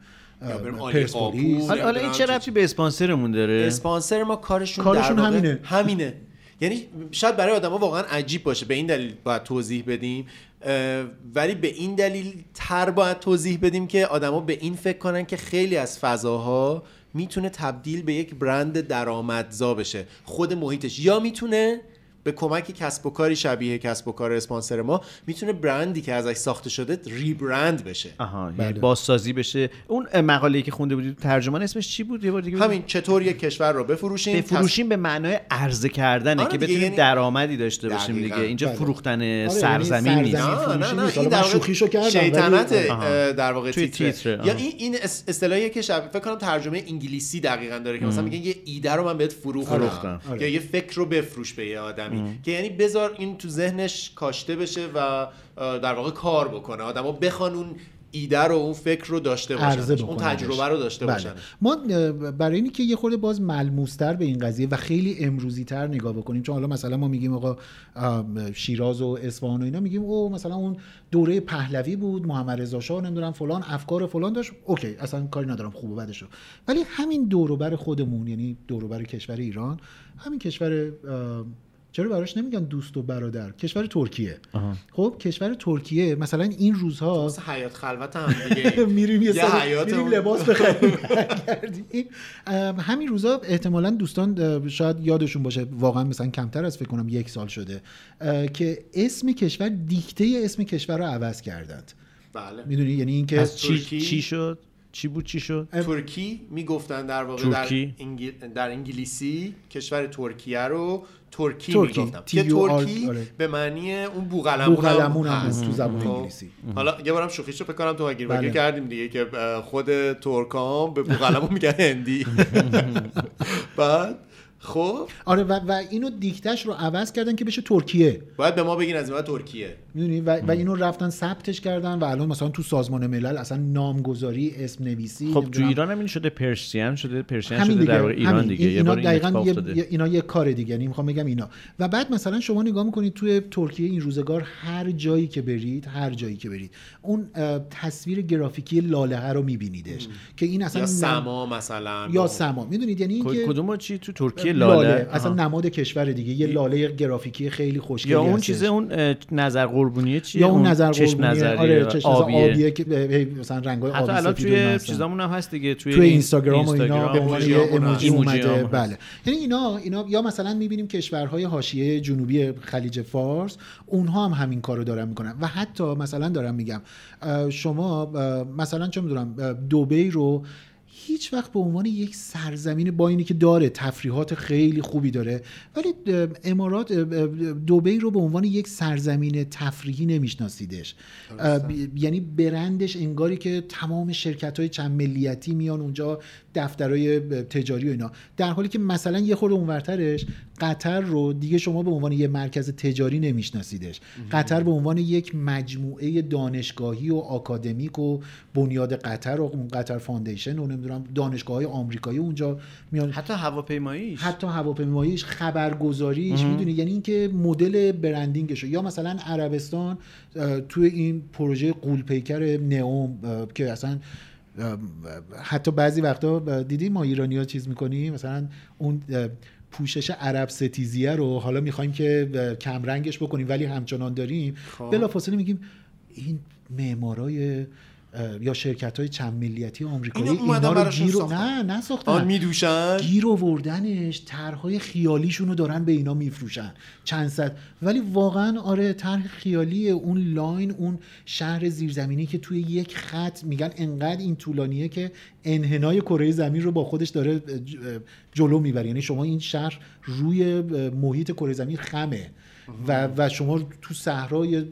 یا بریم عالی پرسپولیس قاپو. حالا حالا این چه ربطی به اسپانسرمون داره اسپانسر ما کارشون, کارشون در واقع همینه. همینه یعنی شاید برای آدما واقعا عجیب باشه به این دلیل باید توضیح بدیم اه، ولی به این دلیل تر باید توضیح بدیم که آدما به این فکر کنن که خیلی از فضاها میتونه تبدیل به یک برند درآمدزا بشه خود محیطش یا میتونه به کمک کسب و کاری شبیه کسب و کار اسپانسر ما میتونه برندی که ازش ساخته شده ریبرند بشه آها یعنی بازسازی بشه اون اه، مقاله‌ای که خونده بودی ترجمان اسمش چی بود یه بار دیگه بگو. همین چطور یک کشور رو بفروشیم بفروشیم به معنای عرضه کردنه آره که دیگه، بتونیم یعنی- درآمدی داشته باشیم دقیقاً. دیگه اینجا بله. فروختن آره، یعنی سرزمین نیست نه سرزمین. فروشی نه نه نیست. این حالا در من واقع شوخیشو کردم، ولی- شیطنت آها. اه، در واقع توی تیتره, تیتره، یا آها. این این اس- اصطلاحیه که شب فکر کنم ترجمه انگلیسی دقیقا داره که مثلا میگن یه ایده رو من بهت فروختم فروختم. آره. یا یه فکر رو بفروش به یه آدمی که یعنی بذار این تو ذهنش کاشته بشه و اه، در واقع کار بکنه آدما بخوان اون ایده رو اون فکر رو داشته عرضه باشن اون بکننش. تجربه رو داشته بله. باشن ما اه، برای اینی که یه خورده باز ملموستر به این قضیه و خیلی امروزی تر نگاه بکنیم چون حالا مثلا ما میگیم آقا ام، شیراز و اصفهان و اینا میگیم او مثلا اون دوره پهلوی بود محمد رضا شاه نمیدونم فلان افکار فلان داشت اوکی اصلا کاری ندارم خوب و بدش رو ولی همین دور و بر خودمون یعنی دور و بر کشور ایران همین کشور ام، چرا براش نمیگن دوست و برادر کشور ترکیه خب کشور ترکیه مثلا این روزها مثل حیات خلوت هم دیگه میریم یه یه سر حیاط میریم اون- لباس بخریم برگردیم ام، همین روزا احتمالا دوستان اه، شاید یادشون باشه واقعا مثلا کمتر از فکر کنم یک سال شده اه، که اسم کشور دیکته اسم کشور رو عوض کردند بله میدونی یعنی اینکه از چی, ترکی؟ چی شد چی بود چی شد ترکی میگفتن در واقع در, ترکی؟ انگل- در انگلیسی کشور ترکیه رو ترکی, ترکی. میگفتن T که U R- ترکی آره. به معنی اون بوغلمون, بوغلمون هم هست تو زبان خب. انگلیسی حالا یه بارم شوخیشو فکر کنم تو هگیر بگیر بله. کردیم دیگه که اه، خود ترکام به بوغلمون میگن هندی بعد خب آره و, و اینو دیکتش رو عوض کردن که بشه ترکیه باید به ما بگین از این بعد ترکیه میدونی و, و اینو رفتن ثبتش کردن و الان مثلا تو سازمان ملل اصلا نامگذاری اسم نویسی خب تو ایران هم این شده پرشین شده پرشین شده در واقع ایران همین. دیگه این- یه اینا بار این دقیقاً اتفاق یه- افتاده. یه- اینا یه کار دیگه یعنی میخوام بگم اینا و بعد مثلا شما نگاه میکنید توی ترکیه این روزگار هر جایی که برید هر جایی که برید اون اه، تصویر گرافیکی لاله رو میبینیدش که این اصلا یا نم- سما مثلا یا سما میدونید یعنی کد- اینکه کدوم ها چی تو ترکیه لاله, اصلا آها. نماد کشور دیگه یه لاله گرافیکی خیلی خوشگلی یا اون هستش. چیز اون اه، نظر قربونیه چیه یا اون نظر چشم قربونیه. نظریه آره و چشم نظر آبیه که به- به- مثلا رنگ‌های آبی حتی الان سفید اونها توی هستن. چیزامون هم هست دیگه توی, توی اینستاگرام و اینا به عنوان یه ایموجیامون اموجی هست. اومده ایموجیام هست. بله یعنی اینا اینا یا مثلا میبینیم کشورهای حاشیه جنوبی خلیج فارس اونها هم همین کارو دارن میکنن و حتی مثلا دارم میگم اه، شما اه، مثلا چه میدونم اه، دبی رو هیچ وقت به عنوان یک سرزمین با اینی که داره تفریحات خیلی خوبی داره ولی اه، امارات اه، اه، دبی رو به عنوان یک سرزمین تفریحی نمیشناسیدش اه، ب- یعنی برندش انگاری که تمام شرکت های چند ملیتی میان اونجا دفترهای تجاری و اینا در حالی که مثلا یه خورده اونورترش قطر رو دیگه شما به عنوان یه مرکز تجاری نمیشناسیدش قطر به عنوان یک مجموعه دانشگاهی و آکادمیک و بنیاد قطر و اون قطر فاندیشن و نمیدونم دانشگاه های آمریکایی اونجا میان حتی هواپیماییش حتی هواپیماییش خبرگزاریش میدونی یعنی اینکه مدل برندینگش رو- یا مثلا عربستان اه، توی این پروژه قولپیکر نئوم اه، که اصلا اه، حتی بعضی وقتا اه، دیدی ما ایرانی ها چیز میکنیم مثلا اون اه، پوشش عرب ستیزیه رو حالا میخوایم که اه، کمرنگش بکنیم ولی همچنان داریم خب. بلافاصله میگیم این معمارای اه، یا شرکت های چند ملیتی آمریکایی اینو اومدن اینا رو براشون گیر و- ساختن. نه نه ساختن آن میدوشن گیر آوردنش طرحهای خیالیشون رو دارن به اینا میفروشن چند صد ولی واقعا آره طرح خیالی اون لاین اون شهر زیرزمینی که توی یک خط میگن انقدر این طولانیه که انحنای کره زمین رو با خودش داره ج- جلو میبره یعنی شما این شهر روی محیط کره زمین خمه و, و شما تو صحرای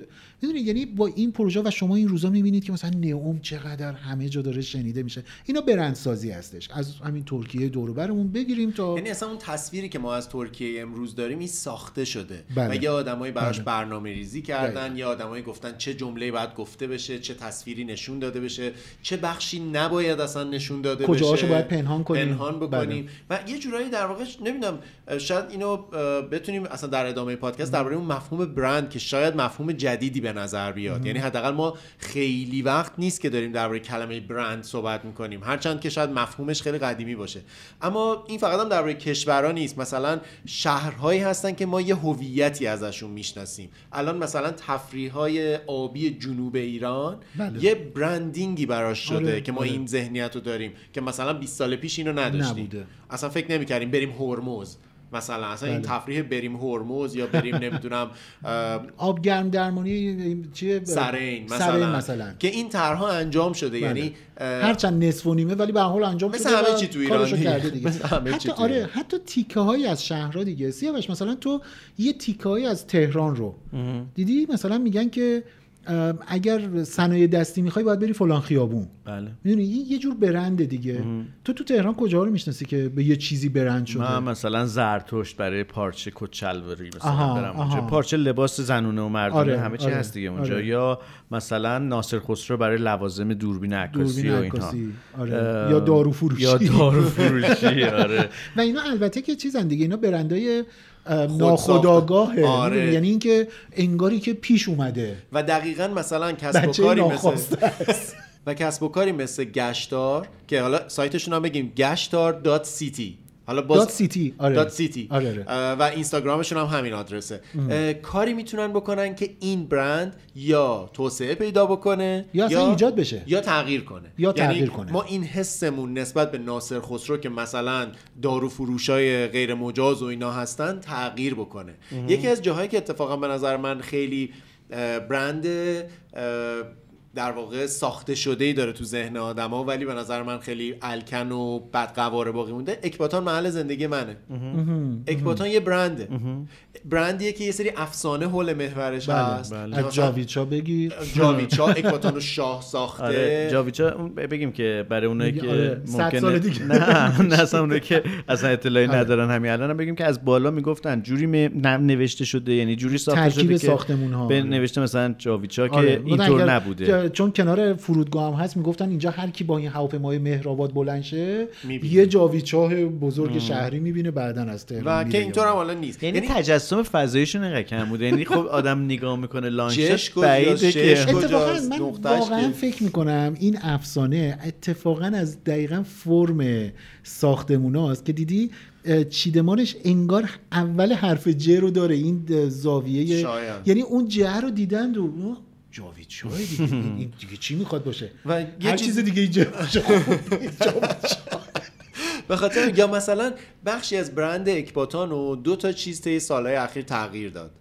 میدونید یعنی با این پروژه و شما این روزا میبینید که مثلا نئوم چقدر همه جا داره شنیده میشه اینا برندسازی هستش از همین ترکیه دور و برمون بگیریم تا یعنی اصلا اون تصویری که ما از ترکیه امروز داریم این ساخته شده بله. و یه آدمایی براش برنامه ریزی کردن دقیقاً. یه آدمایی گفتن چه جمله باید گفته بشه چه تصویری نشون داده بشه چه بخشی نباید اصلا نشون داده بشه کجاهاشو باید پنهان کنیم. بله. پنهان بکنیم و یه جورایی در واقع نمیدونم شاید اینو اه، بتونیم اصلا در ادامه پادکست درباره اون مفهوم برند که شاید مفهوم جدیدی به نظر بیاد یعنی حداقل ما خیلی وقت نیست که داریم درباره کلمه برند صحبت میکنیم هرچند که شاید مفهومش خیلی قدیمی باشه اما این فقط هم درباره کشورها نیست مثلا شهرهایی هستن که ما یه هویتی ازشون میشناسیم الان مثلا تفریحای آبی جنوب ایران بله. یه برندینگی براش شده آره، که ما آره. این ذهنیت رو داریم که مثلا 20 سال پیش اینو نداشتیم نبوده. اصلا فکر نمیکردیم بریم هرمز مثلا اصلا بله. این تفریح بریم هرمز یا بریم نمیدونم اه، آب گرم درمانی چیه سرین مثلا. بله. سرین مثلا بله. که این طرحها انجام شده یعنی اه، هرچند نصف و نیمه ولی به هر حال انجام مثل شده و همه چی تو ایران کارشو دیگه. کرده دیگه مثل همه چی حتی تو آره ایران. حتی تیکه هایی از شهرها دیگه سیاوش مثلا تو یه تیکه هایی از تهران رو دیدی مثلا میگن که ام، اگر صنایع دستی میخوای باید بری فلان خیابون بله میدونی این یه جور برنده دیگه تو تو تهران کجاها رو میشناسی که به یه چیزی برند شده من مثلا زرتشت برای پارچه کچلواری مثلا آها، برم اونجا آها. پارچه لباس زنونه و مردونه آره، همه چی آره، هست دیگه اونجا آره. یا مثلا ناصر خسرو برای لوازم دوربین عکاسی دوربین و اینها عکاسی آره. اه، یا دارو فروشی یا دارو فروشی آره و اینا البته که چیزن دیگه اینا برندای اه، خودساخته. ناخودآگاهه آره. می‌دونی؟ یعنی اینکه انگاری که پیش اومده و دقیقا مثلا کسب و بچه کاری مثل ناخواسته است و کسب و کاری مثل گشتار که حالا سایتشون هم بگیم گشتار.city حالا باز دات سیتی آره دات سیتی آره، آره. اه، و اینستاگرامشون هم همین آدرسه اه، کاری میتونن بکنن که این برند یا توسعه پیدا بکنه یا اصلا ایجاد بشه. یا تغییر کنه یا یعنی تغییر کنه. ما این حسمون نسبت به ناصر خسرو که مثلا دارو فروشای غیر مجاز و اینا هستن تغییر بکنه یکی از جاهایی که اتفاقا به نظر من خیلی اه، برند اه، در واقع ساخته شده ای داره تو ذهن آدما ولی به نظر من خیلی الکن و بد قواره باقی مونده اکباتان محل زندگی منه اکباتان یه برنده برندیه که یه سری افسانه حول محورش بله، هست که از مثلا جاویچا بگیر جاویچا اکباتان رو شاه ساخته آره جاویچا اون ب- بگیم که برای اونایی میگه که آره، صد ممکنه سال دیگه. آره. نه نه اصلا اونایی که اصلا اطلاعی ندارن همین الان هم بگیم که از بالا میگفتن جوری می- نه- نوشته شده یعنی جوری ساخته ترکیب شده که ساختمون‌ها. به نوشته مثلا جاویچا آره، که گفتن اینطور اگر- نبوده که- چون کنار فرودگاه هم هست میگفتن اینجا هر کی با این هواپیمای مهرآباد بلند شه می‌بینه. یه جاویچاه بزرگ شهری میبینه بعدا از تهران و میره که یا اینطور هم حالا نیست یعنی تجسم فضاییشون اینقدر کم بوده یعنی خب آدم نگاه میکنه جش لانچش کجاست؟ بعیده جش که کجاست؟ اتفاقا من نقطه‌اش واقعا که- فکر میکنم این افسانه اتفاقا از دقیقا فرم ساختموناست که دیدی اه، چیدمانش انگار اول حرف ج رو داره این اه، زاویه شاید. یعنی اون ج رو دیدن و اوه، جاوید شاه دیگه این این دیگه چی میخواد باشه و یه هر چیز- چیز دیگه این ج باشه. به خاطر یا مثلا بخشی از برند اکباتان رو دو تا چیز طی سالهای اخیر تغییر داد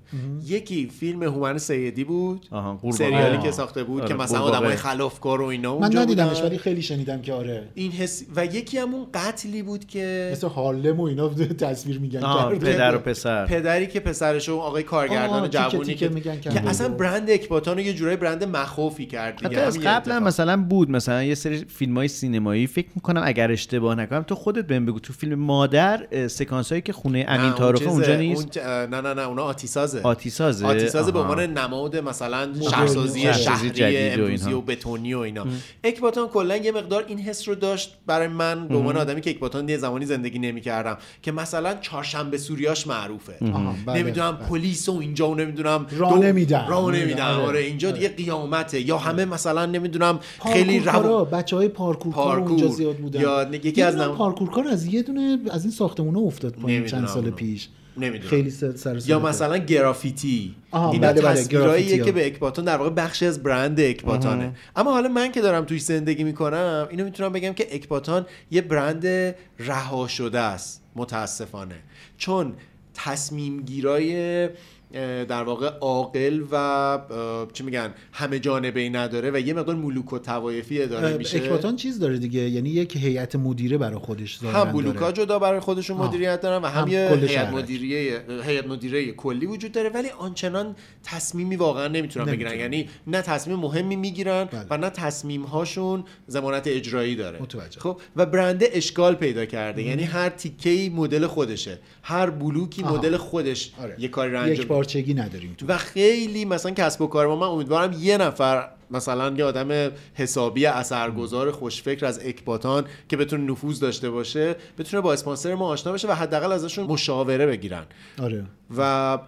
یکی فیلم هومن سیدی بود آها، قورباغه. سریالی آه. که ساخته بود آره، که مثلا قورباغه. آدمای خلافکار و اینا من اونجا ندیدمش بودن. ولی خیلی شنیدم که آره این حس و یکی همون قتلی بود که مثل هارلم و اینا تصویر میگن آره. آه، کرده. پدر و پسر پدری که پسرش و اون آقای کارگردان آه، تیکه جوونی تیکه که میگن که کرده. اصلا برند اکباتان رو یه جورای برند مخوفی کرد دیگه. حتی از همین قبل هم اتفاق. مثلا بود مثلا یه سری فیلم های سینمایی فکر میکنم اگر اشتباه نکنم تو خودت بهم بگو تو فیلم مادر سکانس هایی که خونه نه، امین اون تارخ چیزه. اونجا اون نیست چ- نه نه نه اونا آتیسازه آتیسازه آتیساز به آها. عنوان نماد مثلا شهرسازی شهرسازی شهری جدید و امروزی اینها. و بتونی و اینا اکباتان کلا یه مقدار این حس رو داشت برای من به عنوان آدمی که اکباتان یه زمانی زندگی نمیکردم که مثلا چهارشنبه سوریاش معروفه آها، بله، نمیدونم پلیس و اینجا و نمیدونم راه دو- نمیدن. راه نمیدن آره. آره اینجا دیگه قیامته یا آره. همه مثلا نمیدونم خیلی خیلی رو بچه های پارکور, پارکور. اونجا زیاد بودن یا یکی یه از دونه نم- پارکور کار از یه دونه از این ساختمونا افتاد پایین نمی‌دونم چند سال اونو. پیش نمی‌دونم. خیلی سر سر یا صدا. مثلا گرافیتی آها، اینا بله، بله، تصویراییه گرافیتی‌ها. که به اکباتان در واقع بخشی از برند اکباتانه اما حالا من که دارم توی زندگی میکنم اینو میتونم بگم که اکباتان یه برند رها شده است متاسفانه چون تصمیم گیرای اه، در واقع عاقل و اه، چی میگن همه جانبه ای نداره و یه مقدار ملوک و توایفی اداره اه، میشه اکباتان چیز داره دیگه یعنی یک هیئت مدیره برای خودش ظاهراً هم داره بلوکا جدا برای خودشون آه. مدیریت دارن و هم, هم یه کل هیئت شهرک. مدیره هیئت مدیره کلی وجود داره ولی آنچنان تصمیمی واقعا نمیتونن بگیرن نمی‌تونن. یعنی نه تصمیم مهمی میگیرن بله. و نه تصمیم هاشون ضمانت اجرایی داره متوجه. خب و برنده اشکال پیدا کرده یعنی هر تیکه‌ای مدل خودشه هر بلوکی آها. مدل خودش آره. یه کاری رو یک انجام پارچگی نداریم تو و خیلی مثلا کسب و کار ما من امیدوارم یه نفر مثلا یه آدم حسابی اثرگذار خوشفکر از اکباتان که بتونه نفوذ داشته باشه بتونه با اسپانسر ما آشنا بشه و حداقل ازشون مشاوره بگیرن آره و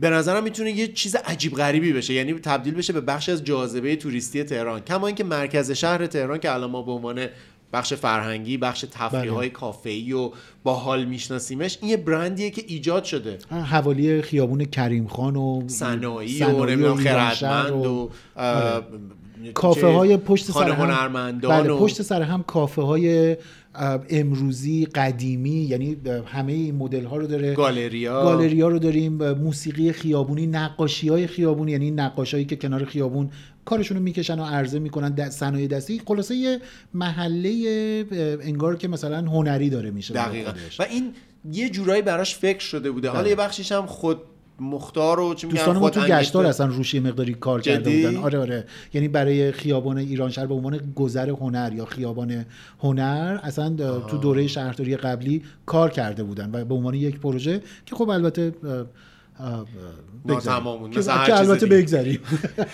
به نظرم میتونه یه چیز عجیب غریبی بشه یعنی تبدیل بشه به بخش از جاذبه توریستی تهران کما اینکه مرکز شهر تهران که الان ما به عنوان بخش فرهنگی بخش تفریح های کافه‌ای و با حال میشناسیمش این یه برندیه که ایجاد شده آه، حوالی خیابون کریم خان و صنایع صنایع و نمیدونم ایرانشهر خردمند و اه، چه- کافه های آره. پشت سر خانه هم هنرمندان بله و پشت سر هم کافه های امروزی قدیمی یعنی اه، همه این مدل ها رو داره گالریا. گالریا رو داریم اه، موسیقی خیابونی نقاشی های خیابونی یعنی نقاش هایی که کنار خیابون کارشون رو میکشن و عرضه میکنن در صنایع دستی خلاصه یه محله اه، انگار که مثلا هنری داره میشه برای دقیقا خودش. و این یه جورایی براش فکر شده بوده حالا یه بخشیش هم خود مختار و چی میگن بله. دوستان ما خود تو انگشته. گشتار اصلا روشی مقداری کار جدی؟ کرده بودن آره آره یعنی برای خیابان ایرانشهر به عنوان گذر هنر یا خیابان هنر اصلا اه، تو دوره شهرداری قبلی کار کرده بودن و به عنوان یک پروژه که خب البته اه، اه، اه، بگذاریم. ناتمام بود. که- مثل هر که چیز البته دیگه. بگذاریم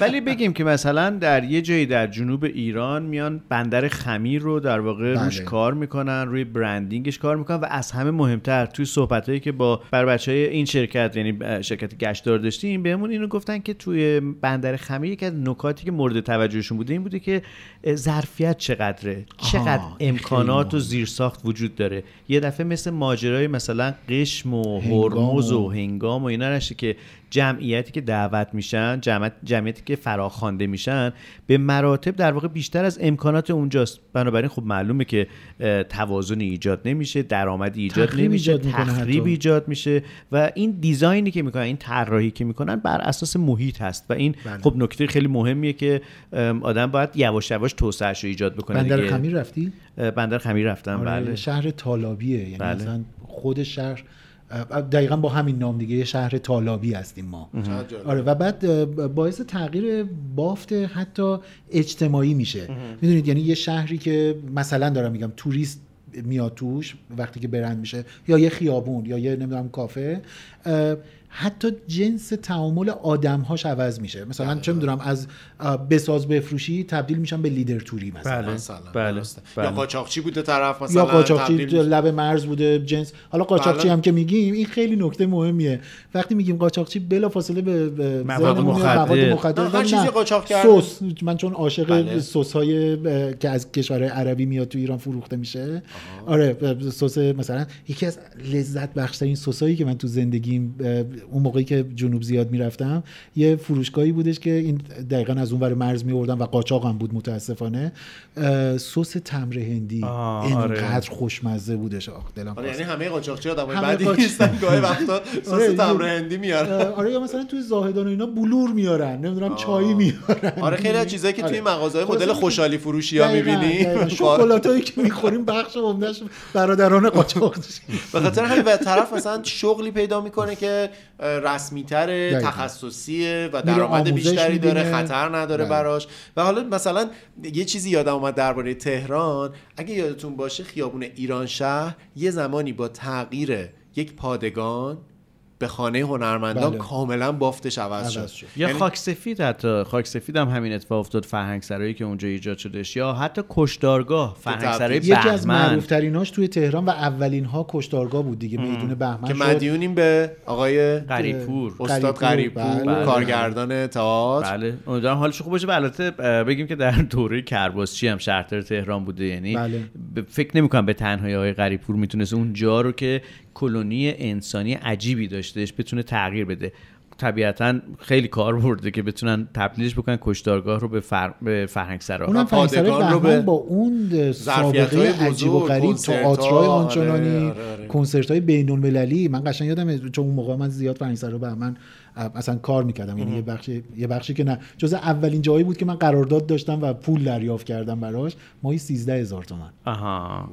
ولی بگیم که مثلا در یه جایی در جنوب ایران میان بندر خمیر رو در واقع بله. روش کار میکنن روی برندینگش کار میکنن و از همه مهمتر توی صحبت که با بر بچه های این شرکت یعنی شرکت گشتار داشتیم بهمون اینو گفتن که توی بندر خمیر یکی از نکاتی که مورد توجهشون بوده این بوده که ظرفیت چقدره چقدر آها، این امکانات و خیلی زیرساخت وجود داره یه دفعه مثل ماجرای مثلا قشم و هنگام هرمز و- و هنگام و اینا نشه که جمعیتی که دعوت میشن جمعیت جمعیتی که فراخوانده میشن به مراتب در واقع بیشتر از امکانات اونجاست بنابراین خب معلومه که توازن ایجاد نمیشه درآمدی ایجاد تخریب نمیشه ایجاد میکنه تخریب حتی. ایجاد میشه و این دیزاینی که میکنن این طراحی که میکنن بر اساس محیط هست و این بله. خب نکته خیلی مهمیه که ام، آدم باید یواش یواش توسعهش رو ایجاد بکنه بندر دیگه. خمیر رفتی؟ اه، بندر خمیر رفتم آره، بله شهر تالابیه یعنی بله. اصلا خود شهر اه، دقیقا با همین نام دیگه یه شهر تالابی هستیم ما چقدر جالب. آره و بعد اه، باعث تغییر بافت حتی اجتماعی میشه میدونید یعنی یه شهری که مثلا دارم میگم توریست میاد توش وقتی که برند میشه یا یه خیابون یا یه نمیدونم کافه اه، حتی جنس تعامل آدمهاش عوض میشه مثلا چه میدونم از اه، بساز بفروشی تبدیل میشن به لیدر توری مثلا مثلا بله، درسته. بله. یا قاچاقچی بوده طرف مثلا یا قاچاقچی تبدیل میشه. لب مرز بوده جنس حالا قاچاقچی بله. هم که میگیم این خیلی نکته مهمیه وقتی میگیم قاچاقچی بلا فاصله به به مواد ذهنمون میاد مخدر. مواد مخدر نه، هر نه، چیزی قاچاق کرده. سس من چون عاشق بله. سس های که از کشورهای عربی میاد تو ایران فروخته میشه آره اه، سس مثلا یکی از لذت بخش ترین سسایی که من تو زندگیم اه، اون موقعی که جنوب زیاد میرفتم یه فروشگاهی بودش که این دقیقا از اونور مرز میوردن و قاچاق هم بود متاسفانه اه، سس تمر هندی آه، اینقدر آره. خوشمزه بودش آخ دلم آره خواست. یعنی همه قاچاقچی آدمای همه بدی قاچاق- نیستن گاهی وقتا آره، سس تمر هندی میارن اه، آره یا مثلا توی زاهدان و اینا بلور میارن نمیدونم چای میارن آره خیلی از چیزایی که آره. توی مغازهای مدل خلاصه خوشحالی فروشی ها میبینی شکلاتایی که میخوریم بخش عمدهش برادران قاچاقچی به خاطر همین و طرف مثلا شغلی پیدا میکنه که رسمی تره دقیقاً. تخصصیه و میره درآمد آموزش بیشتری داره می‌بینه. خطر نداره بله. براش و حالا مثلا یه چیزی یادم اومد درباره تهران اگه یادتون باشه خیابون ایران شهر یه زمانی با تغییر یک پادگان به خانه هنرمندان بله. کاملا بافتش عوض, عوض شد, شد. یا یعنی خاک سفید حتی خاک سفید هم همین اتفاق افتاد فرهنگ سرایی که اونجا ایجاد شدش یا حتی کشدارگاه فرهنگ سرای تبریز. یکی از بهمن معروف توی تهران و اولین ها کشتارگاه بود دیگه میدون بهمن که شد مدیونیم به آقای قریپور استاد قریپور، قریپور بله. کارگردان تئاتر بله امیدوارم حالش خوب باشه و البته اه، بگیم که در دوره کرباسچی هم شهردار تهران بوده یعنی بله. ب- فکر نمیکنم به تنهایی های غریبپور میتونست اون جا رو که کلونی انسانی عجیبی داشتهش بتونه تغییر بده طبیعتا خیلی کار برده که بتونن تبدیلش بکنن کشتارگاه رو به, فر... به فرهنگ اونم فرهنگسرای پادگان رو بهمن به با اون های سابقه بزرگ، عجیب و غریب کنسرت‌ها، تئاترای آره، آنچنانی آره، آره. کنسرت های بین المللی من قشنگ یادم چون اون موقع من زیاد فرهنگسرا بهمن اه، اصلا کار میکردم یعنی یه بخشی یه بخشی که نه جز اولین جایی بود که من قرارداد داشتم و پول دریافت کردم براش ماهی 13 هزار تومن آها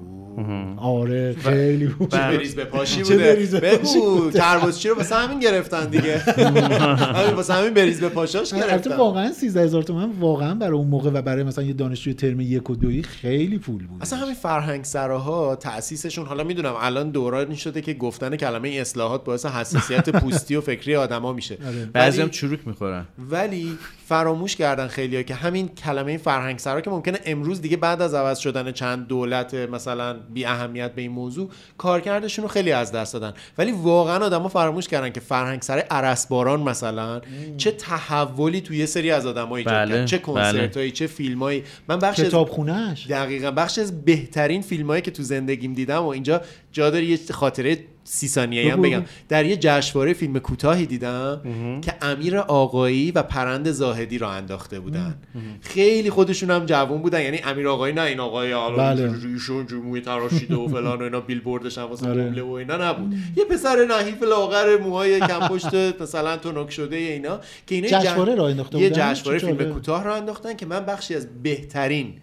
آره خیلی بود چه بریز به پاشی چه بوده بریز به پاشی بگو چی رو واسه همین گرفتن دیگه همین واسه همین بریز به پاشاش آره، البته گرفتن واقعا 13 هزار تومن واقعا برای اون موقع و برای مثلا یه دانشجوی ترم یک و دوی خیلی پول بود اصلا همین فرهنگ سراها تأسیسشون حالا میدونم الان دورانی شده که گفتن کلمه اصلاحات باعث حساسیت پوستی و فکری آدما میشه آره. بعضی هم ولی- چروک میخورن ولی فراموش کردن خیلیا که همین کلمه فرهنگ سرا که ممکنه امروز دیگه بعد از عوض شدن چند دولت مثلا بی اهمیت به این موضوع کارکردشون رو خیلی از دست دادن ولی واقعا آدما فراموش کردن که فرهنگ سرای عرسباران مثلا چه تحولی توی یه سری از آدم‌ها ایجاد بله، کرد چه بله. کنسرتایی چه فیلمایی من بخش از- کتابخونه‌اش دقیقا بخش از بهترین فیلم هایی که تو زندگیم دیدم و اینجا جا داره یه خاطره سی ثانیه‌ای هم بگو. بگم در یه جشنواره فیلم کوتاهی دیدم که امیر آقایی و پرند زاهدی را انداخته بودن خیلی خودشون هم جوون بودن یعنی امیر آقایی نه این آقای حالا بله. اینجوری ریشون جموعی تراشیده و فلان و اینا بیلبوردش هم واسه آره. جمله و اینا نبود یه پسر نحیف لاغر موهای کم پشت مثلا تنک شده اینا که اینا یه جشنواره راه انداخته یه بودن؟ جشنواره چه فیلم جالب. کوتاه کوتاه رو انداختن که من بخشی از بهترین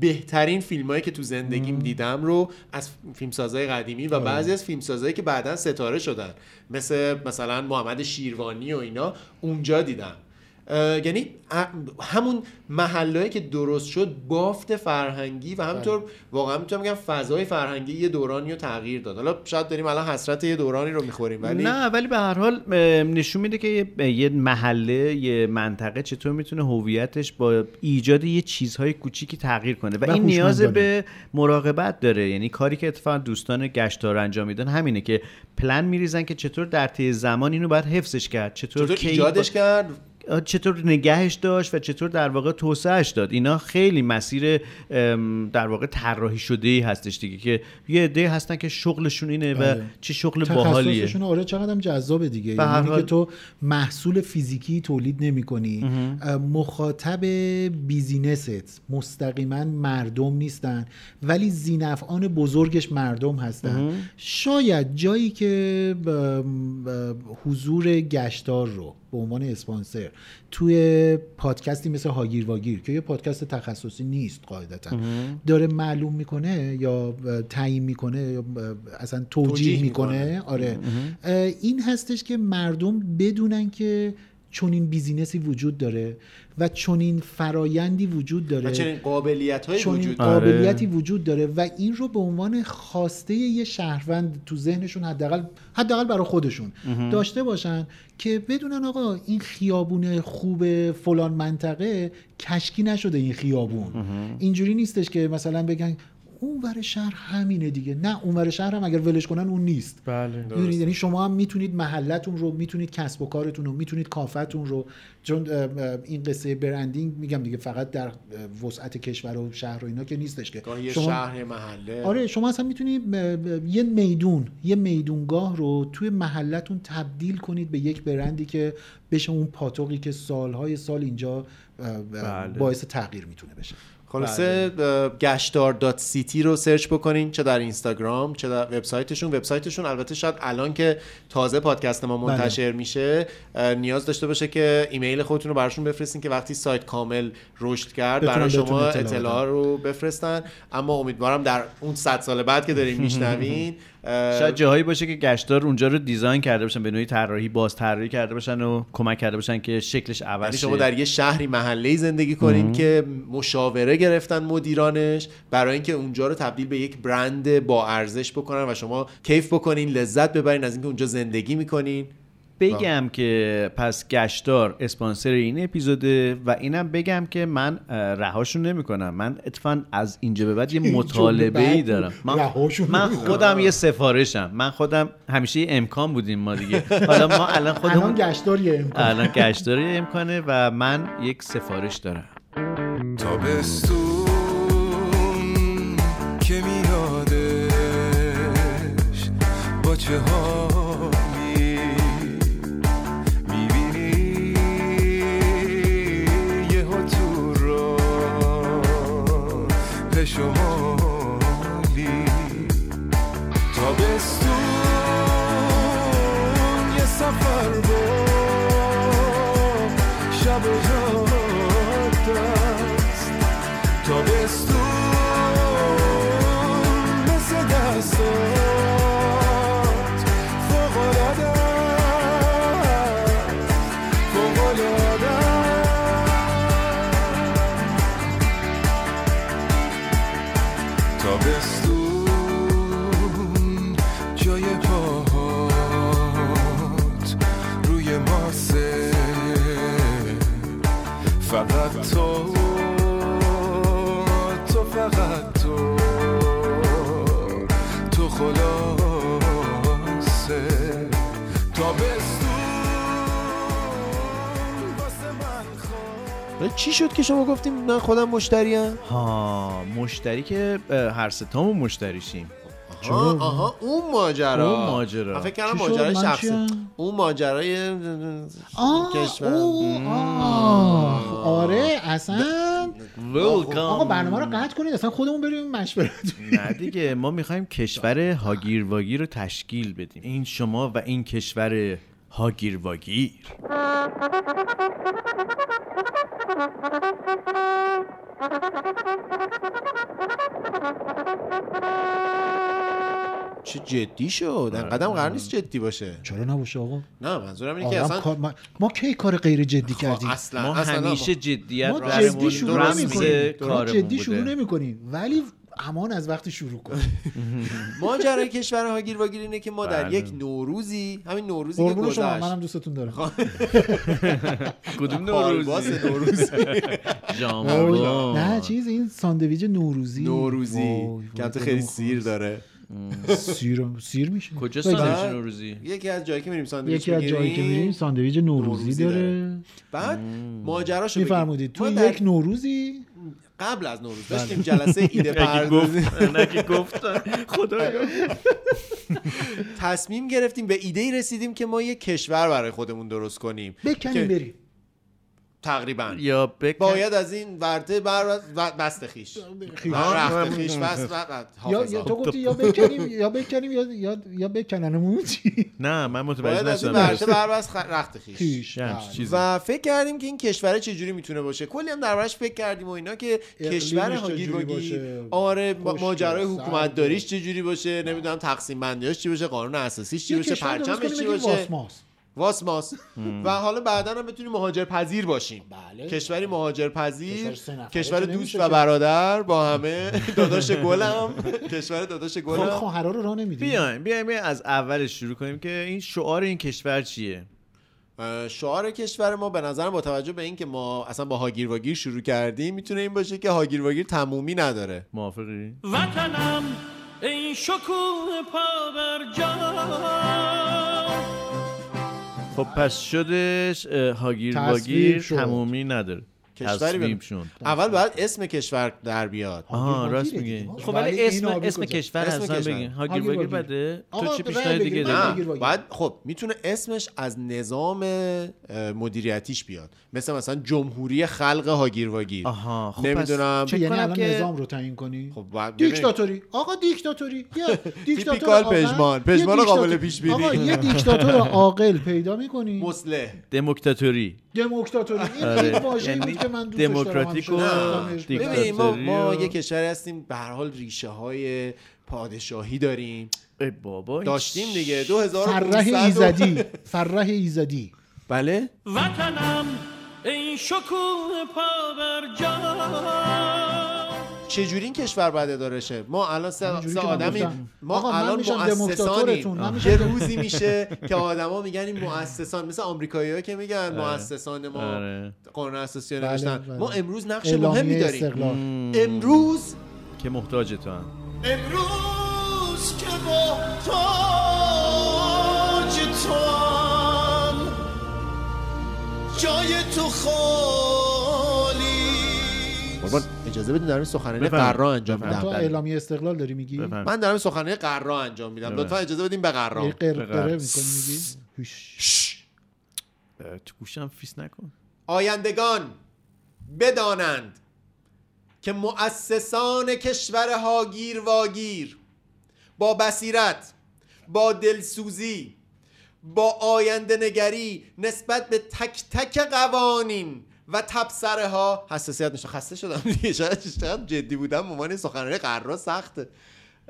بهترین فیلمایی که تو زندگیم دیدم رو از فیلمسازهای قدیمی و بعضی از فیلمسازهایی که بعدا ستاره شدن مثل مثلا محمد شیروانی و اینا اونجا دیدم اه، یعنی ا- همون محلهایی که درست شد بافت فرهنگی و همینطور واقعا میتونم بگم فضای فرهنگی یه دورانی رو تغییر داد حالا شاید داریم الان حسرت یه دورانی رو میخوریم ولی نه ولی به هر حال اه، نشون میده که یه- یه محله یه منطقه چطور میتونه هویتش با ایجاد یه چیزهای کوچیکی تغییر کنه و, و این نیاز هوشمندانه. به مراقبت داره یعنی کاری که اتفاقا دوستان گشتار انجام میدن همینه که پلن میریزن که چطور در طی زمان اینو باید حفظش کرد چطور, چطور کی- ایجادش کرد چطور نگهش داشت و چطور در واقع توسعهش داد اینا خیلی مسیر در واقع طراحی شده ای هستش دیگه که یه عده هستن که شغلشون اینه بله. و چه شغل باحالیه تخصصشون آره چقدر هم جذاب دیگه یعنی حال... که تو محصول فیزیکی تولید نمیکنی مخاطب بیزینست مستقیما مردم نیستن ولی زینفعان بزرگش مردم هستن اه. شاید جایی که با با حضور گشتار رو به عنوان اسپانسر توی پادکستی مثل هاگیر واگیر که یه پادکست تخصصی نیست قاعدتا داره معلوم میکنه یا تعیین میکنه یا اصلا توجیه, توجیه میکنه. میکنه آره این هستش که مردم بدونن که چنین بیزینسی وجود داره و چنین فرایندی وجود داره و چنین قابلیت های چنین وجود داره. قابلیتی وجود داره و این رو به عنوان خواسته یه شهروند تو ذهنشون حداقل حداقل برای خودشون امه. داشته باشن که بدونن آقا این خیابون خوب فلان منطقه کشکی نشده این خیابون امه. اینجوری نیستش که مثلا بگن اون ور شهر همینه دیگه نه اون ور شهر هم اگر ولش کنن اون نیست بله یعنی شما هم میتونید محلتون رو میتونید کسب و کارتون رو میتونید کافتون رو چون این قصه برندینگ میگم دیگه فقط در وسعت کشور و شهر و اینا که نیستش که یه شما... شهر محله آره شما اصلا میتونید یه میدون یه میدونگاه رو توی محلتون تبدیل کنید به یک برندی که بشه اون پاتوقی که سالهای سال اینجا بله. باعث تغییر میتونه بشه خلاصه گشتار دات سیتی رو سرچ بکنین چه در اینستاگرام چه در وبسایتشون وبسایتشون البته شاید الان که تازه پادکست ما منتشر میشه نیاز داشته باشه که ایمیل خودتون رو براشون بفرستین که وقتی سایت کامل رشد کرد برای شما اطلاع, اطلاع رو بفرستن اما امیدوارم در اون 100 سال بعد که داریم میشنوین شاید جاهایی باشه که گشتار اونجا رو دیزاین کرده باشن به نوعی طراحی باز طراحی کرده باشن و کمک کرده باشن که شکلش عوض یعنی شما در یه شهری محله زندگی کنین مم. که مشاوره گرفتن مدیرانش برای اینکه اونجا رو تبدیل به یک برند با ارزش بکنن و شما کیف بکنین لذت ببرین از اینکه اونجا زندگی میکنین بگم آه. که پس گشتار اسپانسر این اپیزوده و اینم بگم که من رهاشون نمیکنم من اتفاقا از اینجا به بعد یه مطالبه ای دارم من, من خودم آه. یه سفارشم من خودم همیشه یه امکان بودیم ما دیگه حالا ما الان خودمون الان گشتار یه امکان الان گشتار یه امکانه و من یک سفارش دارم تابستون که میادش با چه شمالی تابستون یه سفر با شب و جاده است تابستون مثل دستات فوقلاده فوقلاده تابستون جای پاهات روی ماسه فقط تو تو فقط تو تو خلاصه تابستون واسه من چی شد که شما گفتیم من خودم مشتریم ها مشتری که هر ستامون مشتریشیم آها, آها اون ماجرا اون ماجرا فکر کردم ماجرای شخصی اون ماجرای کشور آره اصلا آقا برنامه رو قطع کنید اصلا خودمون بریم مشورت نه دیگه ما میخوایم کشور هاگیر واگیر رو تشکیل بدیم این شما و این کشور هاگیر واگیر چه جدی شد انقدرم قرار نیست جدی باشه چرا نباشه آقا نه منظورم اینه که اصلا خب، ما... ما کی کار غیر جدی کردیم اصلا ما اصلا همیشه جدیت ما جدی شروع نمی‌کنیم ما جدی شروع نمی‌کنیم ولی همان از وقتی شروع کن ماجرای کشور هاگیر واگیر اینه که ما در بله. یک نوروزی همین نوروزی که گذشت خب، شما منم دوستتون دارم کدوم نوروزی نوروزی نه چیز این ساندویج نوروزی نوروزی که خیلی سیر داره سیر سیر میشه کجا بگذار. ساندویچ نوروزی یکی از جایی که میریم ساندویچ یکی از جایی که میریم ساندویچ نوروزی نوروزی داره بعد ماجراشو بگیم. میفرمودید تو ما در- یک بله. نوروزی قبل از نوروز داشتیم جلسه ایده پردازی نگی گفت خدایا تصمیم گرفتیم به ایده ای رسیدیم که ما یه کشور برای خودمون درست کنیم که- بکنیم بریم تقریبا یا بکن باید از این ورده بر و- بست خیش خیش. آه، رخت خیش بست و- و- بله. یا حافظ یا آب. تو گفتی یا بکنیم یا بکنیم یا یا یا بکننمون چی نه من متوجه باید از این نشدم ورده بر بست خ- رخت خیش خیش. یه همچین چیزی. و فکر کردیم که این کشور چجوری میتونه باشه کلی هم دربارش فکر کردیم و اینا که اقلیمش کشور چجوری هاگی باشه، باشه آره ما- خشکه، ماجرای سرده. حکومت داریش چجوری باشه نمیدونم تقسیم بندیاش چی باشه قانون اساسیش چی یه باشه کشور درست پرچمش کنیم چی بگیم باشه واسماس واسماس و حالا بعدا هم بتونیم مهاجر پذیر باشیم بله. کشوری مهاجر پذیر کشور سه نفره کشور که دوست نمیشه و که. برادر با همه داداش گلم کشور داداش خب گلم خواهرا رو راه نمیدیم بیایم بیایم بیایم از اولش شروع کنیم که این شعار این کشور چیه اه، شعار کشور ما به نظرم با توجه به اینکه ما اصلا با هاگیر واگیر شروع کردیم میتونه این باشه که هاگیر واگیر تمومی نداره موافقی وطنم این شکوه پا بر جا خب پس شدش اه، هاگیر تصویب واگیر شد. تمومی نداره کشوری تصویب به- شد اول باید اسم کشور در بیاد آها واگیره راست دیگه. میگی آه، خب ولی ولی این اسم آبی اسم کجا؟ کشور اسم اصلا کشور. بگین هاگیر هاگیر واگیر واگیر. بده آقا، تو چه رأی پیشنهاد بگیریم. دیگه نه. داری نه هاگیر واگیر. باید خب میتونه اسمش از نظام اه، مدیریتیش بیاد مثل مثلا جمهوری خلق هاگیر واگیر آها خب نمیدونم. پس چه فکر یعنی کنم الان که- نظام رو تعیین کنی خب باید ببینیم. دیکتاتوری آقا دیکتاتوری یه دیکتاتور تیپیکال آقل- پژمان. یه پژمان دیکتاتور- قابل پیش‌بینی. آقا یه دیکتاتور عاقل پیدا میکنی مسلح دموکتاتوری دموکتاتوری این آره. یک واژه‌ای یعنی بود که من دوست دموکراتیک و داشتم همیشه. دیکتاتوری. ببین ما, ما دیکتاتوری و- یه کشوری هستیم به هر حال ریشه های پادشاهی داریم ای بابا این داشتیم دیگه فرح 2500 و- ایزدی فرح ایزدی بله وطنم این شکوه پا بر جا چجوری این کشور باید اداره شه ما الان سه, همینجوری سه که من آدمیم گفتم. ما آقا، من الان میشم دموکتاتورتون. من مؤسسانیم میشم یه دم- روزی میشه که آدما میگن این مؤسسان مثل آمریکایی که میگن مؤسسان ما آره. قانون اساسی رو آره. بله، نوشتن بله. ما امروز نقش مهمی اعلامیه داریم استقلال امروز که محتاج تو هم امروز که با تاج توام جای تو خالی قربان اجازه بدین دارم سخنرانی بفرمایید. قرا انجام میدم تو بله. اعلامیه استقلال داری میگی بفهم. من دارم سخنرانی قرا انجام میدم بله. لطفا اجازه بدین به قرا یه قرقره میکنی میگی اه، تو گوشم فیس نکن آیندگان بدانند که مؤسسان کشور هاگیر واگیر با بصیرت با دلسوزی با آینده نگری نسبت به تک تک قوانین و تبصره ها حساسیت نشه خسته شدم دیگه شاید شاید جدی بودم عنوان سخنرانی قرار سخته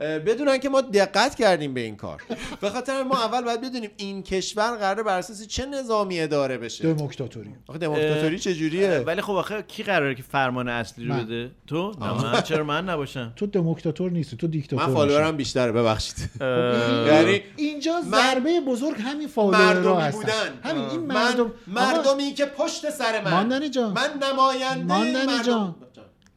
اه، بدونن که ما دقت کردیم به این کار به خاطر همین ما اول باید بدونیم این کشور قراره بر اساس چه نظامی اداره بشه دموکتاتوری آخه دموکراتوری چجوریه ولی خب آخه کی قراره که فرمان اصلی رو من. خب، بده تو نه من چرا من نباشم تو دموکتاتور نیستی تو دیکتاتور من میشی. فالوورم بیشتره ببخشید اه، یعنی اینجا من- ضربه بزرگ همین فالوورا مردمی هستن بودن همین این مردم من آقا، مردمی که پشت سر من ماندنی جان. من نماینده ماندنی مردم جان.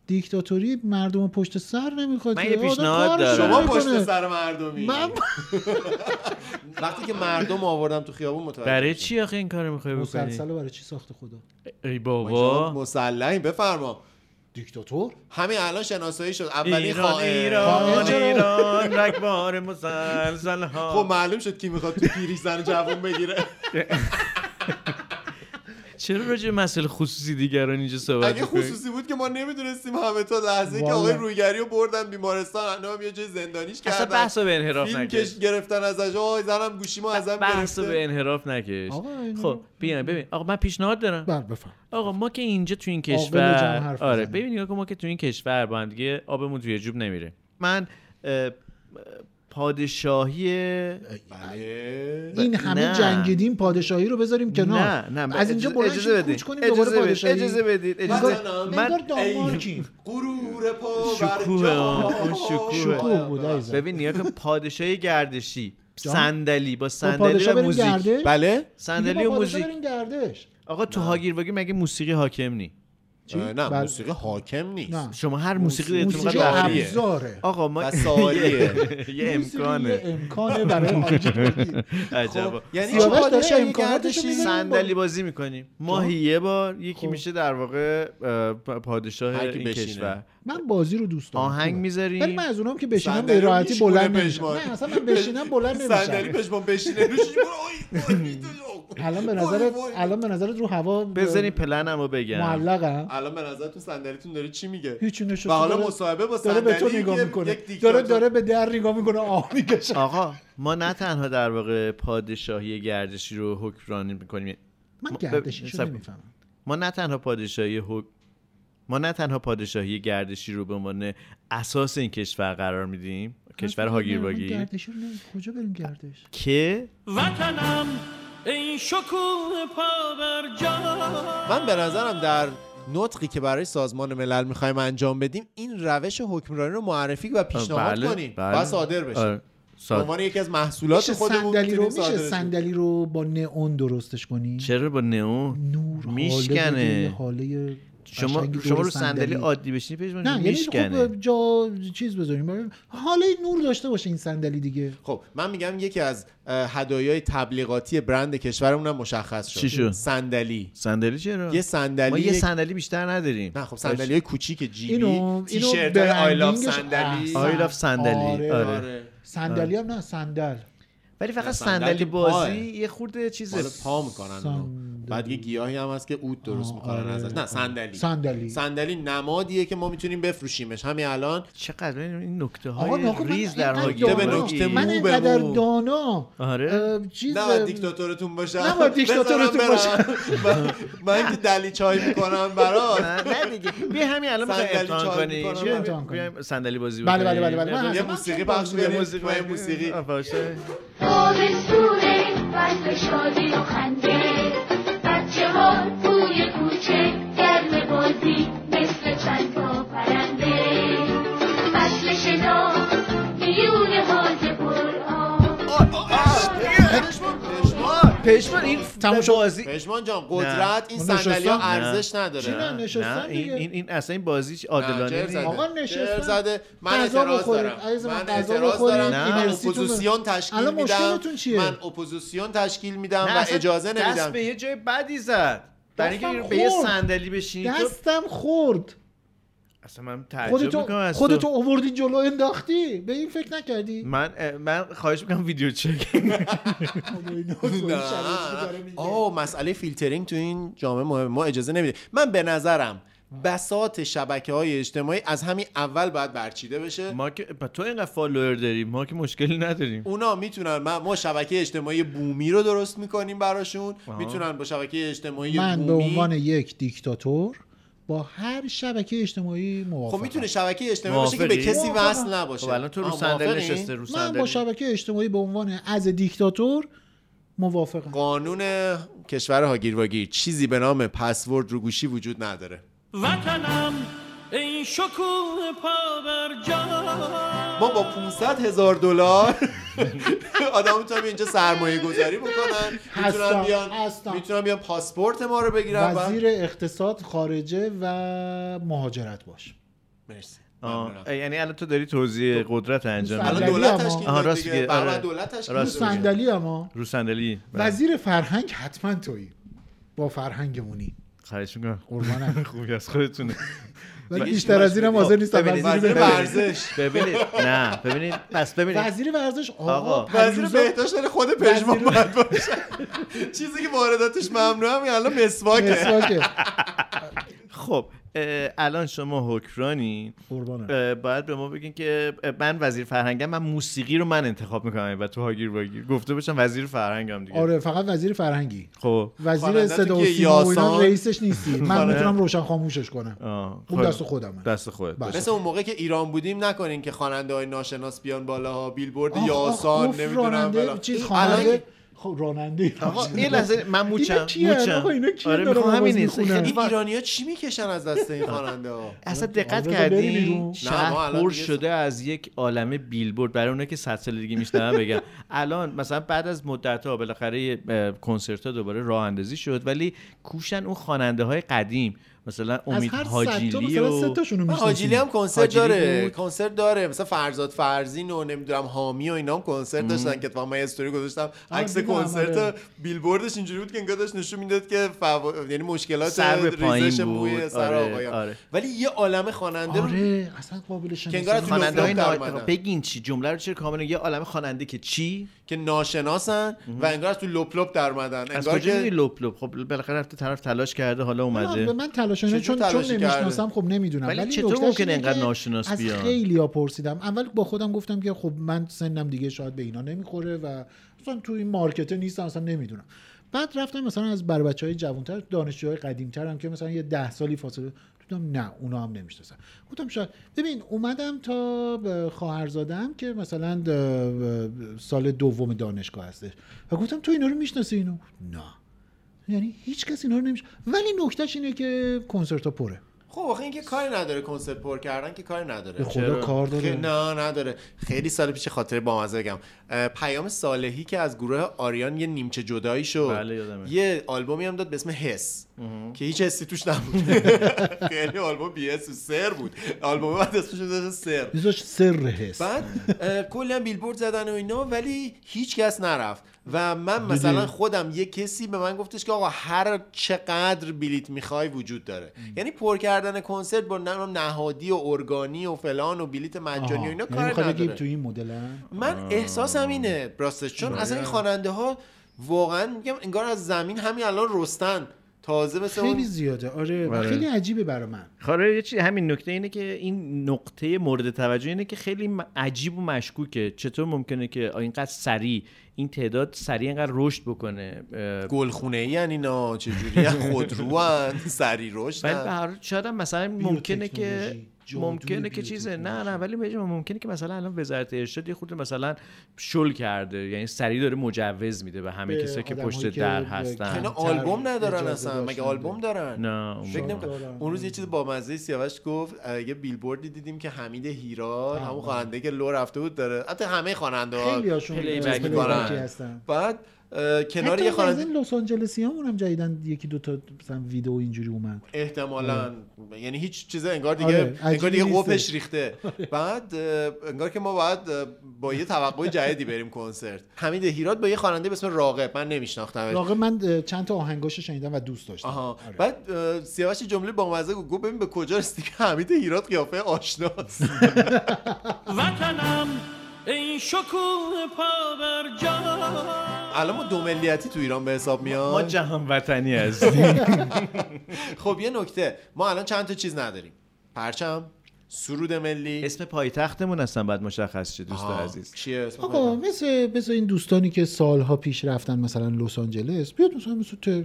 دیکتاتوری مردم رو پشت سر نمیخواد من که یه آدم پیشنهاد کارشو دارم. شما میکنه. پشت سر مردمی من وقتی که مردم آوردم تو خیابون متوجه برای شدم. چی آخه این کارو میخوای مسلسل بکنی رو برای چی ساخته خدا ای شما بابا مسلحی بفرما دیکتاتور همین الان شناسایی شد اولی ایران خائن ایران خائن چرا؟ ایران رگبار مسلسل ها خب معلوم شد کی میخواد تو پیری زن جوون بگیره چرا راجع به مسئله خصوصی دیگران اینجا صحبت اگه می‌کنی؟ خصوصی بود که ما نمیدونستیم همه تا لحظه که والا. آقای رویگری رو بردن بیمارستان انا هم یه جای زندانیش اصلا کردن بحث رو به انحراف فیلم نکش کش گرفتن ازش آی زنم گوشیمو ازم بحث رو به گرفته انحراف نکش آقا، بله. اینا- خب بیان ببین آقا من پیشنهاد دارم بر بفهم آقا ما که اینجا تو این آقل جمع کشور حرف آره بزنیم. ببین نگاه کن ما که تو این کشور با هم دیگه آبمون توی جوب نمیره من اه، پادشاهی بله. این همه نه. جنگیدیم پادشاهی رو بذاریم کنار نه نه از اینجا بلند شیم، بدید. کوچ کنیم دوباره اجازه بدید پادشاهی اجازه بدید اجازه من- بدید. انگار من دانمارکیم غرور پا شکوه آن، اون شکوه. شکوه بود عزیزم. ببین نیا که پادشاهی گردشی جان؟ صندلی با با صندلی پادشاه و خب، بریم موزیک گردش بله صندلی دیگه و با پادشاه موزیک بریم گردش آقا تو هاگیر واگیر مگه موسیقی حاکم نی چی؟ نه بل- موسیقی حاکم نیست نه. شما هر موسیقی موسیقی اعتماد بخشیه. ابزاره. آقا ما تساریه. یه موسیقی امکانه یه امکانه برای آنچه عجبا یعنی سیاوش شما داره داشتی یه امکاناتشو گردشی می‌زنه. صندلی بازی میکنیم ماهی یه بار یکی خب. میشه در واقع اه، پ- پادشاه هر کی این بشینه. کشور من بازی رو دوست دارم آهنگ خوبه. میذاریم. ولی من از اونام که بشینم صندلی به رو راحتی میشکونه بلند نمیشم پشمان. نه اصلا من بشینم بلند صندلی نمیشم پشمان بشینه روش الان به نظرت الان به نظرت رو هوا بزنین پلنمو بگم معلقم الان به نظرتون صندلیتون داره چی میگه هیچی نشد و حالا داره- مصاحبه با داره به تو صندلی نگاه یک- میکنه یک دیکتاتور. داره داره به در نگاه میکنه آه میکشه آقا ما نه تنها در واقع پادشاهی گردشی رو حکمرانی میکنیم من ما- گردشیشو بب- نمیفهمم ما نه تنها پادشاهی حک... ما نه تنها پادشاهی گردشی رو به عنوان اساس این کشور قرار میدیم کشور هاگیر واگیر گردشی رو نمی- کجا بریم گردش که وطنم این شکوه پا بر جا من به نظرم در نطقی که برای سازمان ملل میخوایم انجام بدیم این روش حکمرانی رو معرفی و پیشنهاد بله، کنیم بله. و صادر بشه آره، به ساد- عنوان یکی از میشه محصولات خودمون صندلی رو میتونیم میشه صادرش کنیم. صندلی رو با نئون درستش کنی چرا با نئون نور حاله میشکنه. بده، حاله شما قشنگی شما دور رو صندلی عادی بشینی پیشمان نه یعنی میشکنه خب جا چیز بذاریم حاله نور داشته باشه این صندلی دیگه خب من میگم یکی از اه، هدایای تبلیغاتی برند کشورمون هم مشخص شد چی شد؟ صندلی صندلی چرا یه صندلی ما یه صندلی بیشتر نداریم نه خب صندلی کوچیک جیبی اینو تیشرت اینو I love برندینگش- صندلی احسن. I love صندلی. آره. صندلی هم نه صندل ولی فقط نه، صندلی صندلی که بازی پاه. یه خورده چیزه مال پا میکنن اونو. صندلی. بعد یه گیاهی هم هست که اود درست آه، میکنن آره. ازش نه صندلی صندلی. صندلی نمادیه که ما میتونیم بفروشیمش همین الان چقدر این نکته آقا های ناکن من ریز در اینقدر حاگیر نکته به دانا- نکته واگیر. من مو به اینقدر مو. دانا آره اه، چیز نه دیکتاتورتون باشه نه، باید دیکتاتورتون من که دلی چای میکنم برات نه نه دیگه بیا همین الان میخوای صندلی امتحان چای کنیم می‌کنم. آره. بیا- امتحان کنیم. بیایم صندلی بازی بله، بکنیم بله، بله، بله. من یه اصلا موسیقی چون پخش بازی- بریم موسیقی موسیقی موسیقی آه، باشه. تابستونه فصل شادی و خنده بچه ها توی کوچه گرم بازی مثل چند تا پرنده فصل شنا میون حال پر آب پشمان این تموم شد. بازی پشمان جان قدرت این صندلی نشستم. ها ارزش نداره نه، نشستن نه این دیگه. این این اصلا این بازی نه، عادلانه جر نیست زده. آقا جر نشستن زده من غذا اعتراض بخورید. دارم عزیز من من غذا اعتراض بخورید. دارم نه. من اینرسیتون رو- اپوزیسیون تشکیل الان میدم مشکلتون چیه؟ من اپوزیسیون تشکیل میدم نه، و اصلا اجازه دست نمیدم به یه جای بدی زد برای دستم اینکه به یه خورد. صندلی بشینی تو دستم خورد اصلا من تعجب میکنم خودتو از خودتو اووردی جلو انداختی به این فکر نکردی من اه، من خواهش میکنم ویدیو چک بابا، اینا نه. خودش شرایطی داره میگه. آه مسئله فیلترینگ تو این جامعه مهمه ما اجازه نمیده من به نظرم بسات شبکه های اجتماعی از همین اول باید برچیده بشه ما که با تو اینقدر فالوور داریم ما که مشکلی نداریم اونا میتونن ما, ما شبکه اجتماعی بومی رو درست میکنیم براشون میتونن با شبکه اجتماعی من به بومی عنوان یک دیکتاتور با هر شبکه اجتماعی موافقم خب میتونه شبکه اجتماعی باشه که به موافقی؟ کسی موافقم. وصل نباشه خب الان تو رو آه، صندلی موافقی؟ نشسته رو من با صندلی شبکه اجتماعی به عنوان از دیکتاتور موافقم قانون کشور هاگیر واگیر چیزی به نام پسورد رو گوشی وجود نداره وطنم این شکوه پا بر جا ما با 500 هزار دلار آدم میتونن اینجا سرمایه گذاری بکنن میتونن هستم، بیان هستم. میتونن بیان پاسپورت ما رو بگیرن و وزیر اقتصاد خارجه و مهاجرت باش مرسی ممنونم. آه، اه، یعنی الان تو داری توزیع قدرت انجام الان میدی صندلی دولت اما- تشکیل آها، داد راست دیگه میگه، برای آره. دولت تشکیل رو راست میگه. داد صندلی اما رو صندلی بله. وزیر فرهنگ حتما تویی با فرهنگمونی خواهش میکنم قربانم خوبی از خودتونه ولی بیشتر از اینم حاضر نیستم ببینید، وزیر وزیر بهداشت ورزش ببینید نه ببینید بس ببینید وزیر ورزش آقا، آقا وزیر پنجوزا- بهداشت داره خود پژمان باید باشه چیزی که وارداتش ممنوع همین الان مسواکه مسواکه. خب اه، الان شما حکمرانی قربانم اه، باید به ما بگین که اه، من وزیر فرهنگم من موسیقی رو من انتخاب میکنم و تو هاگیر واگیر گفته باشم وزیر فرهنگم دیگه آره فقط وزیر فرهنگی خب وزیر خواننده تو صدا و که سیما و اینا یاسان. رئیسش نیستی من خواننده- میتونم روشن خاموشش کنم آه، اون خب. دست خودمه دست خودت بله. مثل اون موقع که ایران بودیم نکنین که خواننده های ناشناس بیان بالا ها بیلبورد آخ، آخ، یاسان گفت نمیدونم راننده بلا چیز الان خواننده خب راننده خب، آقا یه لحظه من موچم اینا کیه؟ موچم آقا اینا کیه آره دارن میخوام آواز همین می‌خونن؟ این ایرانی ها چی میکشن از دست این خواننده ها اصلا آره، دقت بذار بریم کردی بیرون. نه، ما شهر الان پر دیگه- شده از یک عالمه بیلبورد برای اونایی که صد سال دیگه میشنون بگم الان مثلا بعد از مدت ها بالاخره کنسرت ها دوباره راه اندازی شد ولی کوشن اون خواننده های قدیم مثلا امید هر صد تا حاجیلی مثلا سه و تاشونو آه، می‌شناسیم. حاجیلی هم کنسرت حاجیلی داره بود. کنسرت داره مثلا فرزاد فرزین و نمیدونم حامی و اینا هم کنسرت مم. داشتن که اتفاقا من یه استوری گذاشتم آه، عکس دیدم، کنسرت آره. و بیلبوردش اینجوری بود که انگار داشت نشون میداد که فوا... یعنی مشکلات سر به پایین ریزش بود. موی سر آره، آقایان آره. ولی یه عالم خواننده رو آره اصلا قابل شناسایی که انگار از نیست. لفت خواننده های در نا... اومدن. بگین چی جمله رو چرا کاملا یه عالم خواننده که چی که ناشناسن و انگار از تو لپ لپ در اومدن از انگار کجا می‌دونی که لپ لپ خب بالاخره رفته طرف تلاش کرده حالا من, اومده من تلاش اینا چه جور چون چون تلاشی کرده؟ نمیشناسم خب نمیدونم ولی ولی, چطور نکتهش ممکنه اینه اینقدر که ناشناس از بیان؟ خیلی ها پرسیدم اول با خودم گفتم که خب من سنم دیگه شاید به اینا نمیخوره و اصلا تو این مارکته نیستم اصلا نمیدونم بعد رفتم مثلا از بر بچه های جوانتر دانشجوهای قدیمتر هم که مثلا یه ده سالی فاصله دیدم نه اونا هم نمیشناسن گفتم شاید ببین اومدم تا به خواهرزادم که مثلا ده- سال دوم دانشگاه هستش و گفتم تو اینا رو میشناسی اینو نه یعنی هیچ کس اینا رو نمیشه ولی نکتهش اینه که کنسرت ها پره خب آخه اینکه کاری نداره کنسرت پر کردن که کاری نداره به خدا کار خیلی داره نه نداره خیلی سال پیش خاطر بامزه بگم اه، پیام صالحی که از گروه آریان یه نیمچه جدایی شد بله، یادمه. یه آلبومی هم داد به اسم حس که هیچ حسی توش نبود خیلی آلبوم بی حس و سر بود آلبوم بعد اسمش رو گذاشت سر بیزاش سر حس بعد اه، کلا بیلبورد زدن و اینا ولی هیچ کس نرفت و من مثلا خودم یه کسی به من گفتش که آقا هر چقدر بلیت میخوای وجود داره یعنی پر کردن کنسرت با نمیدونم نهادی و ارگانی و فلان و بلیت مجانی و اینا آها. یعنی کار می‌خوای بگی نداره خب. تو این مدل من احساسم اینه راستش چون اصلا این خواننده ها واقعا میگم انگار از زمین همین الان رستن تازه مثل خیلی اون زیاده آره و آره. خیلی عجیبه برا من خاره خب، یه چی همین نکته اینه که این نقطه مورد توجه اینه که خیلی م- عجیب و مشکوکه چطور ممکنه که آ، اینقدر سریع این تعداد سریع اینقدر رشد بکنه اه، گلخونه ای اینا چجوری خودرو سری ولی به رشدن هر حال شاید هم مثلا ممکنه که بیوتکنولوژی، جادوی ممکنه که چیزه نه نه ولی میگم ممکنه که مثلا الان وزارت ارشاد یه خود مثلا شل کرده یعنی سریع داره مجوز میده به همه به کسایی که آدمهایی پشت که در به- اینا هستن تر آلبوم ندارن اجازه اصلا داشتن مگه آلبوم دارن نه فکر اون- نمی‌کنم. دارن. اون روز یه چیز با مزه سیاوش گفت اه، یه بیلبوردی دیدیم که حمید هیراد همون خواننده که لو رفته بود داره حتی همه خواننده ها خیلی هاشون پلی پلی بک بک می‌کنن. هستن بعد اه، کنار حتی یه از خواننده این لس آنجلسی همون هم جدیدن یکی دو تا مثلا ویدیو اینجوری اومد احتمالا یعنی هیچ چیز انگار آره، دیگه عجیبی آره. انگار دیگه نیستش. قفش ریخته بعد اه، انگار که ما باید اه، با یه توقع جدیدی بریم کنسرت حمید هیراد با یه خواننده به اسم راغب من نمیشناختمش واقعا من اه، چند تا آهنگاشو شنیدم و دوست داشتم آها آره. بعد اه، سیاوش یه جمله با مزه گفت گفت ببین به کجا رسیدی که حمید هیراد قیافه آشناست وطنم این شکوه پا بر جا الان ما دو ملیتی تو ایران به حساب ما میاد جهان وطنی هستیم خب یه نکته ما الان چند تا چیز نداریم پرچم سرود ملی اسم پایتختمون هستن بعد مشخص چه دوست آه، عزیز چیه اسم آقا خودم؟ مثل مثل این دوستانی که سالها پیش رفتن مثلا لس آنجلس بیاد مثلا مثل ته...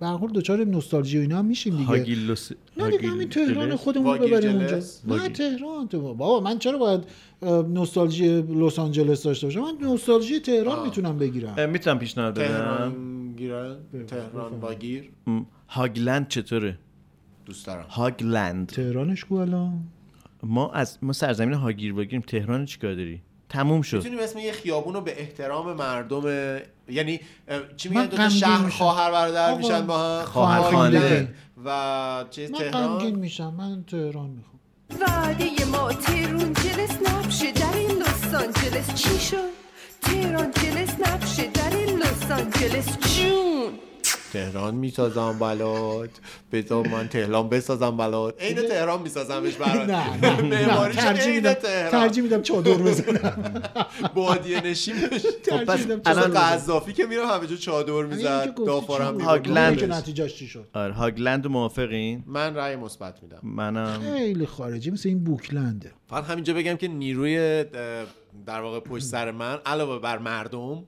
به هر حال دچار نوستالژی و اینا هم میشیم دیگه هاگیلوس نه دیگه همین تهران خودمون رو واگیل ببریم اونجا جلس. نه تهران تو بابا من چرا باید اه، نوستالژی لس آنجلس داشته باشم من نوستالژی تهران میتونم بگیرم میتونم پیشنهاد بدم تهران گیرن تهران واگیر م، هاگلند چطوره دوست دارم هاگلند تهرانش کو الان ما از ما سرزمین هاگیر بگیریم تهران چیکار داری تموم شد میتونیم اسم یه خیابون رو به احترام مردم یعنی اه، چی میگن من دو تا غمگین شهر میشم. خواهر برادر آقا، میشن با هم خواهر خانواده. خانواده. و چیز من غمگین تهران میشم من تهران میخوام وعده ما تهرون جلس نبشه در این لس آنجلس چی شد تهران جلس نبشه در این لس آنجلس جون تهران میسازم بلاد بذار من تهران بسازم بلاد عین تهران میسازمش برات نه نه نه معماریش ترجیح عین میدم تهران ترجیح میدم چادر بزنم بادیه نشین ترجیح خب، پس میدم چادر الان بزنم. قذافی که میره همه جا چادر همین که میزد یعنی گفتی دافارم چی می‌زد. بود؟ هاگلند. که نتیجاش چی شد آره هاگلند موافقین من رأی مثبت میدم منم خیلی خارجی مثل این بوکلنده فقط همینجا بگم که نیروی اه، در واقع پشت سر من علاوه بر مردم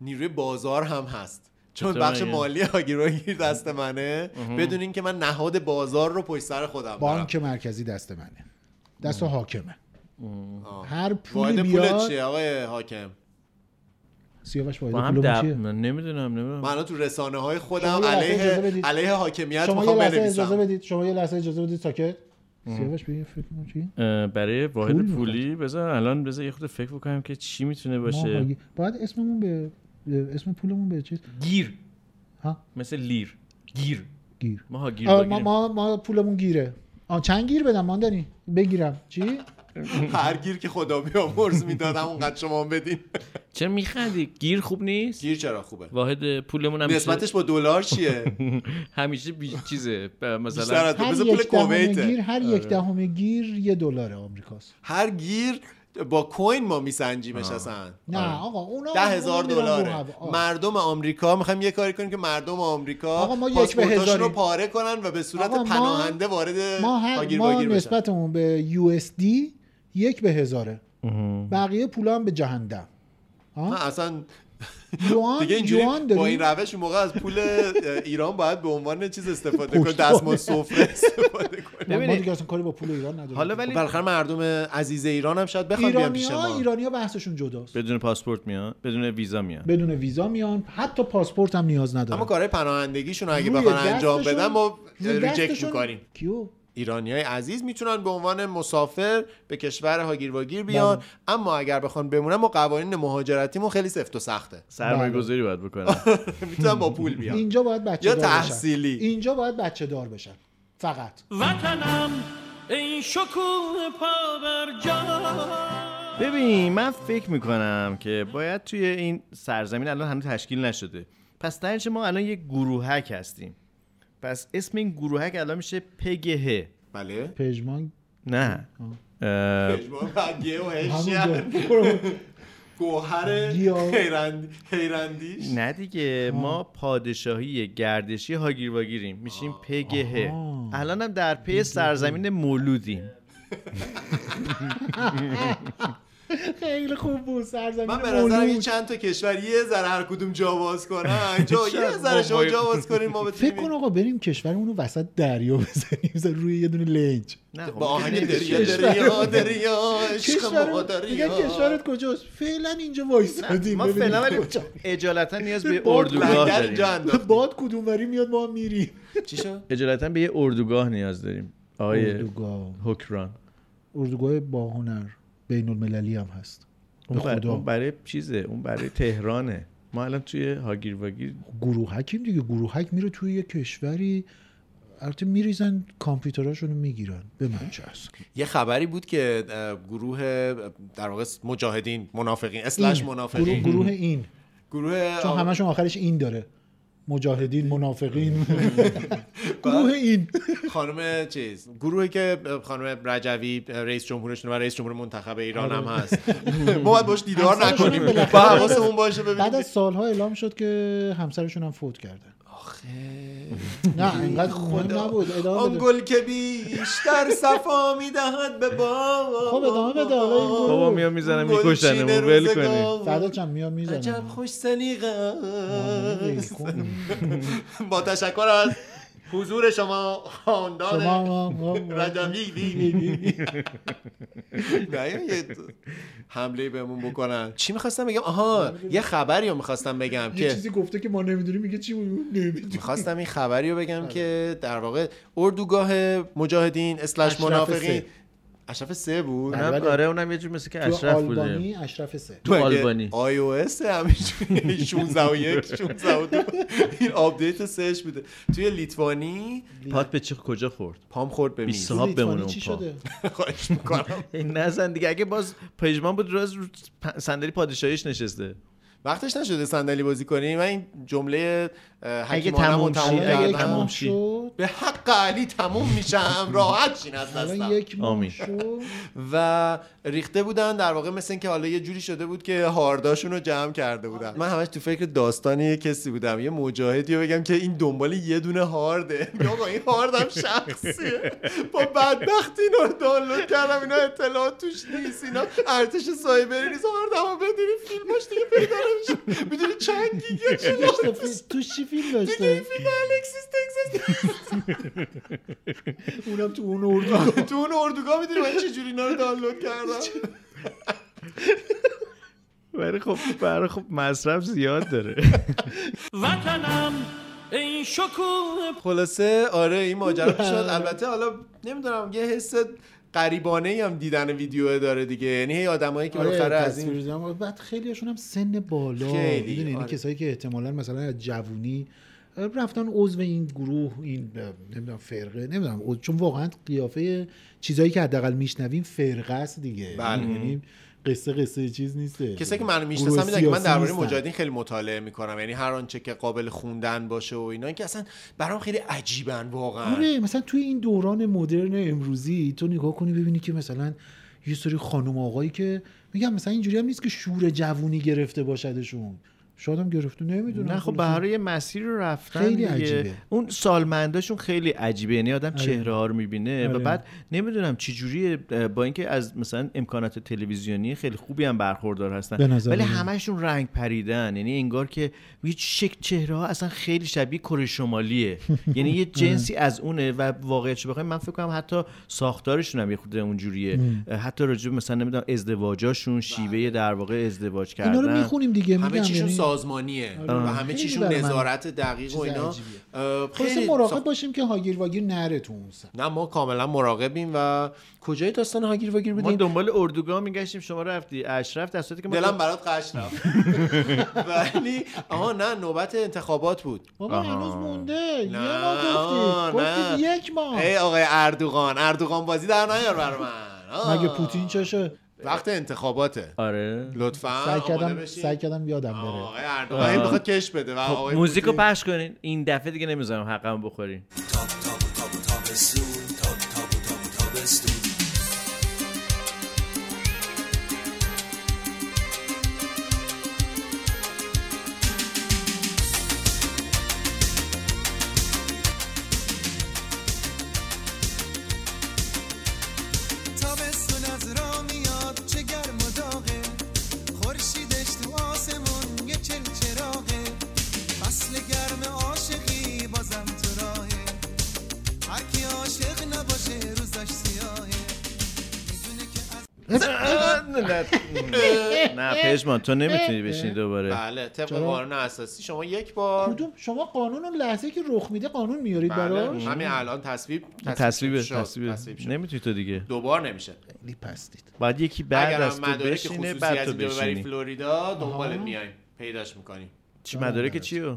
نیروی بازار هم هست چون چطور بخش مگه؟ مالی هاگیروگیر دست منه بدون اینکه من نهاد بازار رو پشت سر خودم دارم بانک مرکزی دست منه دست حاکمه آه. هر واحد پولی پولت بیاد چیه آقای حاکم سیاوش با واحد هم پولمون دب... چیه من نمیدونم من نمیدونم الان تو رسانه های شما خودم یه لحظه علیه اجازه بدید. علیه حاکمیت شما یه میخوام لحظه اجازه بنویسم بدید شما یه لحظه اجازه بدید ساکت سیاوش ببین فکر کنم چی اه، برای واحد پول می‌خواد. پولی بذار الان بذار یه خود فکر بکنم که چی میتونه ما باشه هایی- باید اسممون به به- اسم پولمون به چیز گیر ها مثل لیر گیر گیر ما ها گیر آه، ما, بگیریم. ما, ما پولمون گیره آه چند گیر بدم ماندنی بگیرم چی هر گیر که خدا بیامرز میدادم اونقدر شما هم بدین چرا میخندی گیر خوب نیست گیر چرا خوبه واحد پولمون هم نسبتش با دلار چیه همیشه بی... چیزه ب- بیشتر مثلا از- هر بذار پول یک دهم کویته. گیر هر یک آره. دهم گیر یه دلار آمریکاست هر گیر با کوین ما میسنجیمش اصلا نه آقا اونا آره. ده هزار اونا میرن رو دلاره هوا. آه. مردم آمریکا میخوایم یه کاری کنیم که مردم آمریکا آقا ما یک به پاسپورتاشون هزاریم. رو پاره کنن و به صورت آقا ما- پناهنده وارد ما هر هاگیر ما واگیر بشن. نسبتمون به یو اس دی یک به هزاره بقیه پولا هم به جهنم نه، اصلا یوان دیگه اینجوری یوان با داری این روش اون موقع از پول ایران باید به عنوان چیز استفاده کنه دستمال سفره استفاده ما ما کنه دیگه اصلا کاری با پول ایران نداریم حالا ولی خب بالاخره مردم عزیز ایران هم شاید بخوام بیان ایرانی پیش ها ما ایرانی ها بحثشون جداست بدون پاسپورت میان بدون ویزا میان بدون ویزا میان حتی پاسپورت هم نیاز ندارن اما کارهای پناهندگیشون رو اگه روی بخوان انجام دستشون- بدن ما روی ریجکت دستشون میکنیم کیو ایرانی های عزیز میتونن به عنوان مسافر به کشور هاگیر واگیر بیان بله. اما اگر بخوان بمونن ما قوانین مهاجرتیمون خیلی سفت و سخته سرمایه بله. گذاری باید بکنم میتونن با پول بیان اینجا باید بچه یا دار بشن. تحصیلی. اینجا باید بچه دار بشن فقط وطنم این شکوه پا بر جا ببین من فکر میکنم که باید توی این سرزمین الان هنوز تشکیل نشده پس تهش ما الان یه گروهک هستیم پس اسم این گروهک الان میشه پگه بله پژمان نه اه، پژمان بقیه و همونجا. هشیان گوهر گیا. حیرند- حیرندیش نه دیگه ما پادشاهی گردشی هاگیر واگیریم میشیم پگه آها. الان هم در پی سرزمین مولودیم خیلی خوب بود سرزمین من به نظرم این مولود چند تا کشور یه ذره هر کدوم جا باز کنن جا یه ذره شما جا باز کنین ما فکر کن بتونیم آقا بریم کشورمون رو وسط دریا بزنیم مثلا روی یه دونه لنج نه خب، با آهنگ نمیشه. دریا دریا دریا عشق ما کشور دریا دیگه کشورت کجاست فعلا اینجا وایسادیم ما ببینیم فعلا ولی کجا. اجالتا نیاز به باد اردوگاه لنگر داریم اینجا انداخت باد کدوم وری میاد ما هم میریم چی شد اجالتا به یه اردوگاه نیاز داریم آقای اردوگاه حکران اردوگاه با هنر بین المللی هم هست به اون بر- خدا اون برای چیزه اون برای تهرانه ما الان توی هاگیر واگیر گروهکیم دیگه گروهک میره توی یه کشوری البته میریزن کامپیوتراشون رو میگیرن به من چه است یه خبری بود که اه، گروه اه، در واقع مجاهدین منافقین اسلش این. گروه, منافقین گروه این گروه چون آ- همشون آخرش این داره مجاهدین منافقین گروه این خانم چیز گروهی که اه، خانم رجوی اه، رئیس جمهورشون و رئیس جمهور منتخب ایران هم هست ما باید باش دیدار همسرشون نکنیم هم با آره. بالاخره- حواسمون باشه بعد ببینیم از سالها اعلام شد که همسرشون هم فوت کردن آخه نه اینقدر مهم خدا نبود ادامه آن بده گل که بیشتر صفا میدهد به با خب ادامه بده، حالا این گروه. بابا میام میزنم میکشنم گلچین ول کنی روزگار. فردا چند میان میزنن عجب خوش سلیقه است. شما با تشکر از حضور شما آره. خاندان ما- ما- رجبی نه یه حمله بهمون بکنن چی میخواستم بگم آها یه خبری رو میخواستم بگم یه که چیزی گفته که ما نمیدونیم میگه چی بود نمیدونیم میخواستم این خبری رو آره. بگم که در واقع اردوگاه مجاهدین اسلش اشرف منافقین سه. اشرف سه بود بله. اونم آره اونم یه جور مثل که تو اشرف بوده آلبانی اشرف سه تو آلبانی آی او اس همینجوری 16 و 1 16 و 2 این آپدیت سهش بوده توی لیتوانی پات به چی کجا خورد پام خورد به میز بیست صاحب لیتوانی بمونه چی اون پا. شده خواهش میکنم این نزن دیگه اگه باز پژمان بود راز رو پ- صندلی پادشاهیش نشسته وقتش نشده صندلی بازی کنی من این جمله اه، اگه حکیمانه‌مو تموم شد، تموم اگه کردم. تموم شد. شد به حق علی تموم میشم راحت شین از الان دستم یک ماه آمین. شد و ریخته بودن در واقع مثل اینکه حالا یه جوری شده بود که هارداشون رو جمع کرده بودن من همش تو فکر داستان یه کسی بودم یه مجاهدی رو بگم که این دنبال یه دونه هارده میگم آقا این هاردم شخصیه با بدبخت اینا رو دانلود کردم اینا اطلاعات توش نیست اینا ارتش سایبری نیست هاردم رو بدونی فیلماش دیگه پیدا نمیشه میدونی چند گیگه داشته فیلم- توش چی فیلم داشته فیلم الکسیس تگزاس اونم تو اون اردو تو اون اردوگاه میدونی من چجوری اینا رو دانلود کردم ولی خب برای خب مصرف زیاد داره وطنم این شکوه خلاصه آره این ماجرا پیش اومد. البته حالا نمیدونم یه حس قریبانه ای هم دیدن ویدیو داره دیگه یعنی هی آدمایی آره، که بالاخره از این بعد خیلیشون هم سن بالا خیلی، میدونی یعنی آره. کسایی که احتمالا مثلا از جوونی رفتن عضو این گروه این نمیدونم فرقه نمیدونم عضو- چون واقعا قیافه چیزایی که حداقل میشنویم فرقه است دیگه بله. یعنی قصه قصه چیز نیست کسایی که منو میشناسن میدونن که من درباره مجاهدین خیلی مطالعه میکنم یعنی هر آنچه که قابل خوندن باشه و اینا که اصلا برام خیلی عجیبن واقعا آره مثلا توی این دوران مدرن امروزی تو نگاه کنی ببینی که مثلا یه سری خانم آقایی که میگم مثلا اینجوری هم نیست که شور جوونی گرفته باشدشون شاید هم گرفته نمیدونم نه خب برای مسیر رو رفتن خیلی دیگه. عجیبه. اون سالمنداشون خیلی عجیبه یعنی آدم آره. چهره ها رو میبینه و آره. بعد نمیدونم چه جوریه با اینکه از مثلا امکانات تلویزیونی خیلی خوبی هم برخوردار به هستن نظر ولی میاد. همشون رنگ پریدن یعنی انگار که یه شکل چهره ها اصلا خیلی شبیه کره شمالیه یعنی یه جنسی آره. از اونه و واقعیتش بخوایم من فکر کنم حتی ساختارشون هم یه خود اونجوریه ام. حتی راجع به مثلا نمیدونم ازدواجاشون شیوه در واقع ازدواج کردن اینا رو میخونیم دیگه همه میگم چیشون یعنی- سازمانیه آره. و همه خیلی چیشون برای من نظارت دقیق و اینا چیز عجیبیه. اه، خلاصه خیلی مراقب باشیم که هاگیر واگیر نره تو اون سر نه ما کاملا مراقبیم و کجای داستان هاگیر واگیر ما بودیم دنبال اردوگاه میگشتیم شما رفتی اشرف در صورتی که ما دلم برات قش رفت ولی آها نه نوبت انتخابات بود بابا هنوز مونده یه ما آه، گفتی نه. گفتی یک ماه ای آقای اردوغان اردوغان بازی در نیار بر من آه. مگه پوتین چشه وقت انتخاباته آره لطفا سعی آماده کردم بشین. سعی کردم یادم بره آقای اردوغان هی میخواد کش بده و خب، آقای موزیک رو پوتین- پخش کنین این دفعه دیگه نمیذارم حقم بخورین تابستون تاب تاب تاب تابستون تابستون از را میاد چه گرم و داغه خورشیدش تو آسمون یه چل چراغه فصل گرم عاشقی بازم تو راهه هر کی عاشق نباشه روزش سیاهه بله. نه پژمان تو نمیتونی بشینی دوباره بله طبق چرا؟ قانون اساسی شما یک بار کدوم شما قانون اون لحظه که رخ میده قانون میارید بله براش همین الان تصویب تصویب شد. تصویب شد. نمیتونی تو دیگه دوبار نمیشه خیلی پستید باید یکی بعد اگر از هم تو مدارک خصوصی بشینه بعد تو از ببری بشینی فلوریدا دنبالت آها. میایم پیداش میکنیم چی مدارک چیو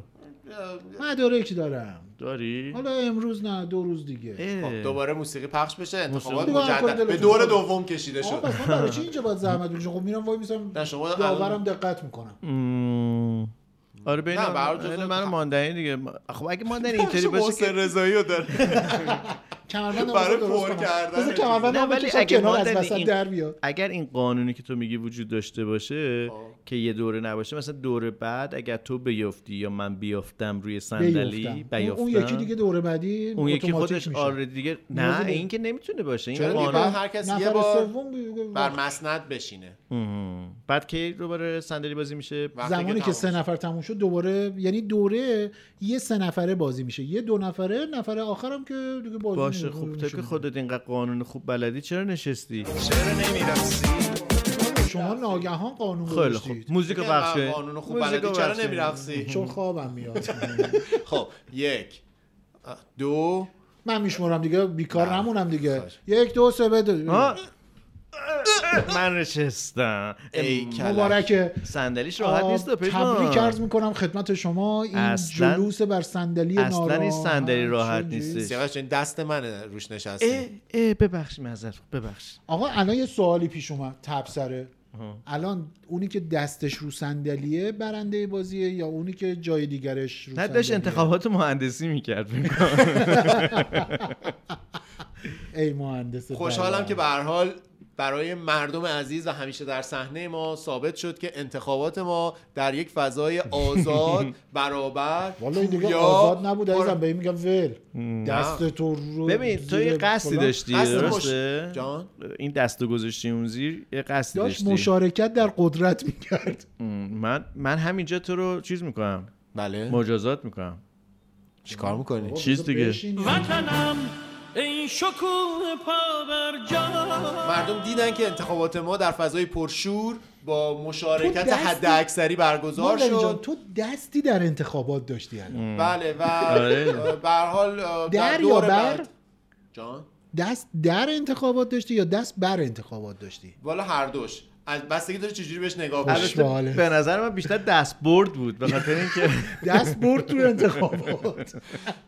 مدارک دارم داری حالا امروز نه دو روز دیگه خب دوباره موسیقی پخش بشه انتخابات موسیقی. مجدد به دور دوم کشیده آقا شد پس من برای چی اینجا باید زحمت بکشم خب میرم وای میسم نه، شما الان- داورم دقت میکنم مم. آره بین نه، برای جز- بین من و ماندنی دیگه خب اگه ماندنی اینطوری چه باشه محسن که رضایی رو داره کمربند برای آقا درست پر کنم کردن. بذار کمربند نه، آقا ولی بکشم اگه کنار از مادر وسط این- در بیاد اگر این قانونی که تو میگی وجود داشته باشه که یه دوره نباشه مثلا دوره بعد اگر تو بیفتی یا من بیافتم روی صندلی بیفتم. اون- اون یکی بیافتم. دیگه دوره بعدی اون یکی اتوماتیک خودش میشه. آره دیگه نیازی نه به- این که نمیتونه باشه این چرا دیگه؟ قانون هر کس یه نفر بار سوم بی- بر مسند بشینه مهم. بعد کی دوباره صندلی بازی میشه وقتی زمانی که تموم سه شد. نفر تموم شد دوباره یعنی دوره یه سه نفره بازی میشه یه دو نفره نفر آخرم که دیگه بازی باشه نمی‌کنه. خوب تو که خودت اینقدر قانون خوب بلدی چرا نشستی خب، شما ناگهان قانون خیلی گذاشتید. خوب موزیک رو میگم پخش کنید. قانون خوب موزیک بلدی رو چرا پخش کنید. نمیرقصی چون خوابم میاد خب یک دو من میشمرم دیگه بیکار نمونم دیگه یک دو سه بده آه. من نشستم ای کلک. مبارکه صندلیش راحت نیست آه، تبریک عرض پژمان میکنم خدمت شما این اصلاً- جلوس بر صندلی اصلاً این ناراحت صندلی راحت چه جوری؟ نیستش. سیاوش این دست منه روش اه نشسته اه ببخش معذرت خواهم، ببخش آقا الان یه سوالی پیش اومد تبسره الان اونی که دستش رو صندلیه برنده بازیه یا اونی که جای دیگرش رو نه داشت صندلیه؟ انتخابات مهندسی میکرد ای مهندس خوشحالم بلا. که به هر حال برای مردم عزیز و همیشه در صحنه ما ثابت شد که انتخابات ما در یک فضای آزاد برابر والا این دیگه پویا، آزاد نبود پر- عزیزم به این میگم ول دست تو رو ببین تو یه زیر قصدی کلاه. داشتی قصد مش- درسته جان این دست رو گذاشتی اون زیر یه قصدی داشت داشتی مشارکت در قدرت میکرد م، من من همینجا تو رو چیز میکنم بله مجازات میکنم چیکار میکنی چیز دیگه وطنم این شکوه پا بر جا مردم دیدن که انتخابات ما در فضای پرشور با مشارکت تو دستی- حد اکثری برگزار مادری جان، شد تو دستی در انتخابات داشتی الان بله و آره. اه، به هر حال اه، در یا دور بر؟ بعد- جان دست در انتخابات داشتی یا دست بر انتخابات داشتی والا هر دوش از بستگی داره چجوری بهش نگاه البته به نظر من بیشتر دستبرد بود به خاطر اینکه دست برد تو انتخابات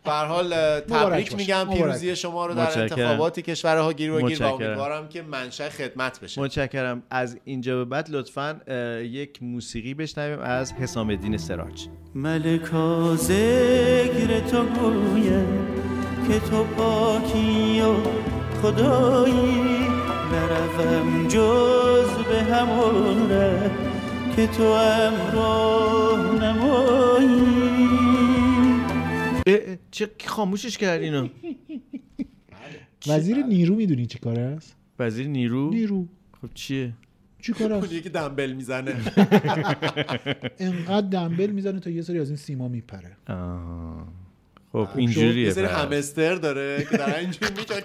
به هر حال مبارک تبریک باشه. میگم مبارک. پیروزی شما رو در متشکرم. انتخابات کشورها گیر و گیر و متشکرم. امیدوارم که منشأ خدمت بشه متشکرم از اینجا به بعد لطفا اه، یک موسیقی بشنویم از حسام الدین سراج ملکا ذکر تو گویم که تو پاکی و خدایی نروم جز به همون ره که تو امرو نمایی اه، اه، چه خاموشش کرد اینو وزیر نیرو میدونی چی کار است وزیر نیرو نیرو خب چیه چی کار است یکی دنبل میزنه بله. انقدر دنبل میزنه تا یه سری از این سیما میپره آه. خب یه اینجوریه سری پس. همستر داره که در اینجوری میکنه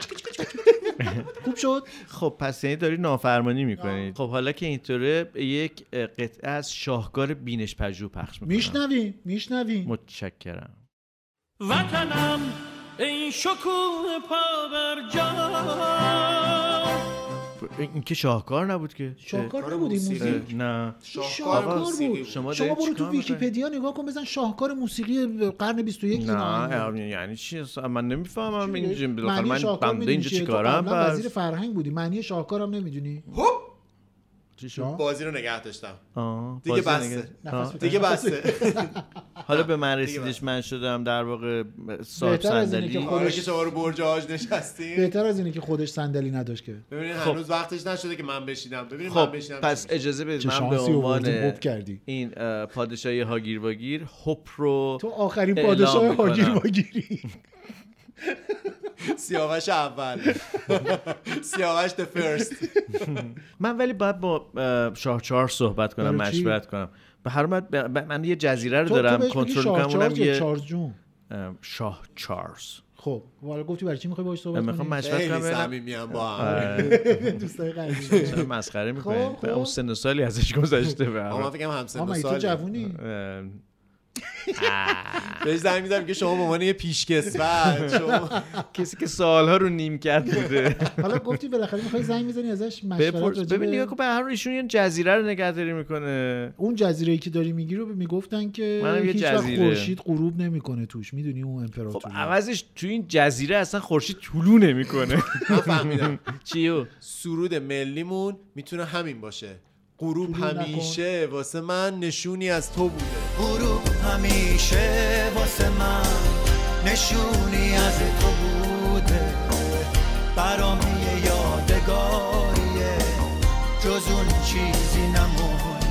خوب شد خب پس یعنی داری نافرمانی میکنید خب حالا که اینطوره یک اه، قطعه از شاهکار بینش پژوه پخش میکنم میشنویم میشنویم متشکرم وطنم این شکوه پا بر جا این که شاهکار نبود که شاهکار نبود این اه، موزیک نه شاهکار آقا، بود شما, شما, دارید برو چیکار تو ویکیپدیا نگاه کن بزن شاهکار موسیقی قرن 21 می‌کنید؟ این آهنگ. نه یعنی چی اصلا؟ من نمیفهمم چیه؟ اینجا بالاخره معنی من شاهکار بنده می‌دونی اینجا چیه؟ چی تو کارم قبلا وزیر پس فرهنگ بودی معنی شاهکارم نمیدونی چی شد؟ بازی رو نگه داشتم آه، دیگه بازی بسته نگه- آه. دیگه بله. بسته حالا به من رسیدش من شدم در واقع صاحب بهتر از اینه صندلی که خب خودش- آره که شما رو برج آج نشستیم بهتر از اینه که خودش صندلی نداشت که ببینید خب. هنوز وقتش نشده که من بشینم ببینید من خب بشینم پس اجازه بدید چه من به شانسی عنوان آوردیم، هپ کردی. این اه، پادشاهی هاگیر واگیر هپ رو تو آخرین اعلام پادشاه می‌کنم. هاگیر واگیری سیاوش اول سیاوش the first من ولی باید با اه، شاه چهار صحبت کنم برای چی؟ مشورت کنم به هر حال ب- ب- من یه جزیره رو تو- تو دارم بهش میگی کنترل شاه کنم اونم چارلز یا یه چارلز جون اه، شاه چارلز خب حالا گفتی برای چی میخوای باهاش صحبت من می‌خوام کنی؟ مشورت خیلی کنم ببینم- صمیمی هم با هم آره. دوستای قدیمی. چرا مسخره میکنی خب، خب. به اون سن و سالی ازش گذشته به هر آقا من حال. فکرم همسن آه، و مگه تو سالی جوونی اه، بهش زنگ میزنم که شما به عنوان یه پیشکسوت شما کسی که سالها رو نیم کرد بوده حالا گفتی بالاخره میخوای زنگ میزنی ازش مشورت بپرس راجع ببین به- نگاه کن به هر حال ایشون یه جزیره رو نگهداری میکنه اون جزیره که داری میگی رو میگفتن که منم یه هیچ وقت جزیره. خورشید غروب نمیکنه توش میدونی اون خب امپراتوری عوضش تو این جزیره اصلا خورشید طلوع نمیکنه من فهمیدم چیو سرود ملیمون میتونه همین باشه غروب طلوع نکن. همیشه واسه من نشونی از تو بوده غروب همیشه واسه من نشونی از تو بوده برام یه یادگاریه جز اون چیزی نمونده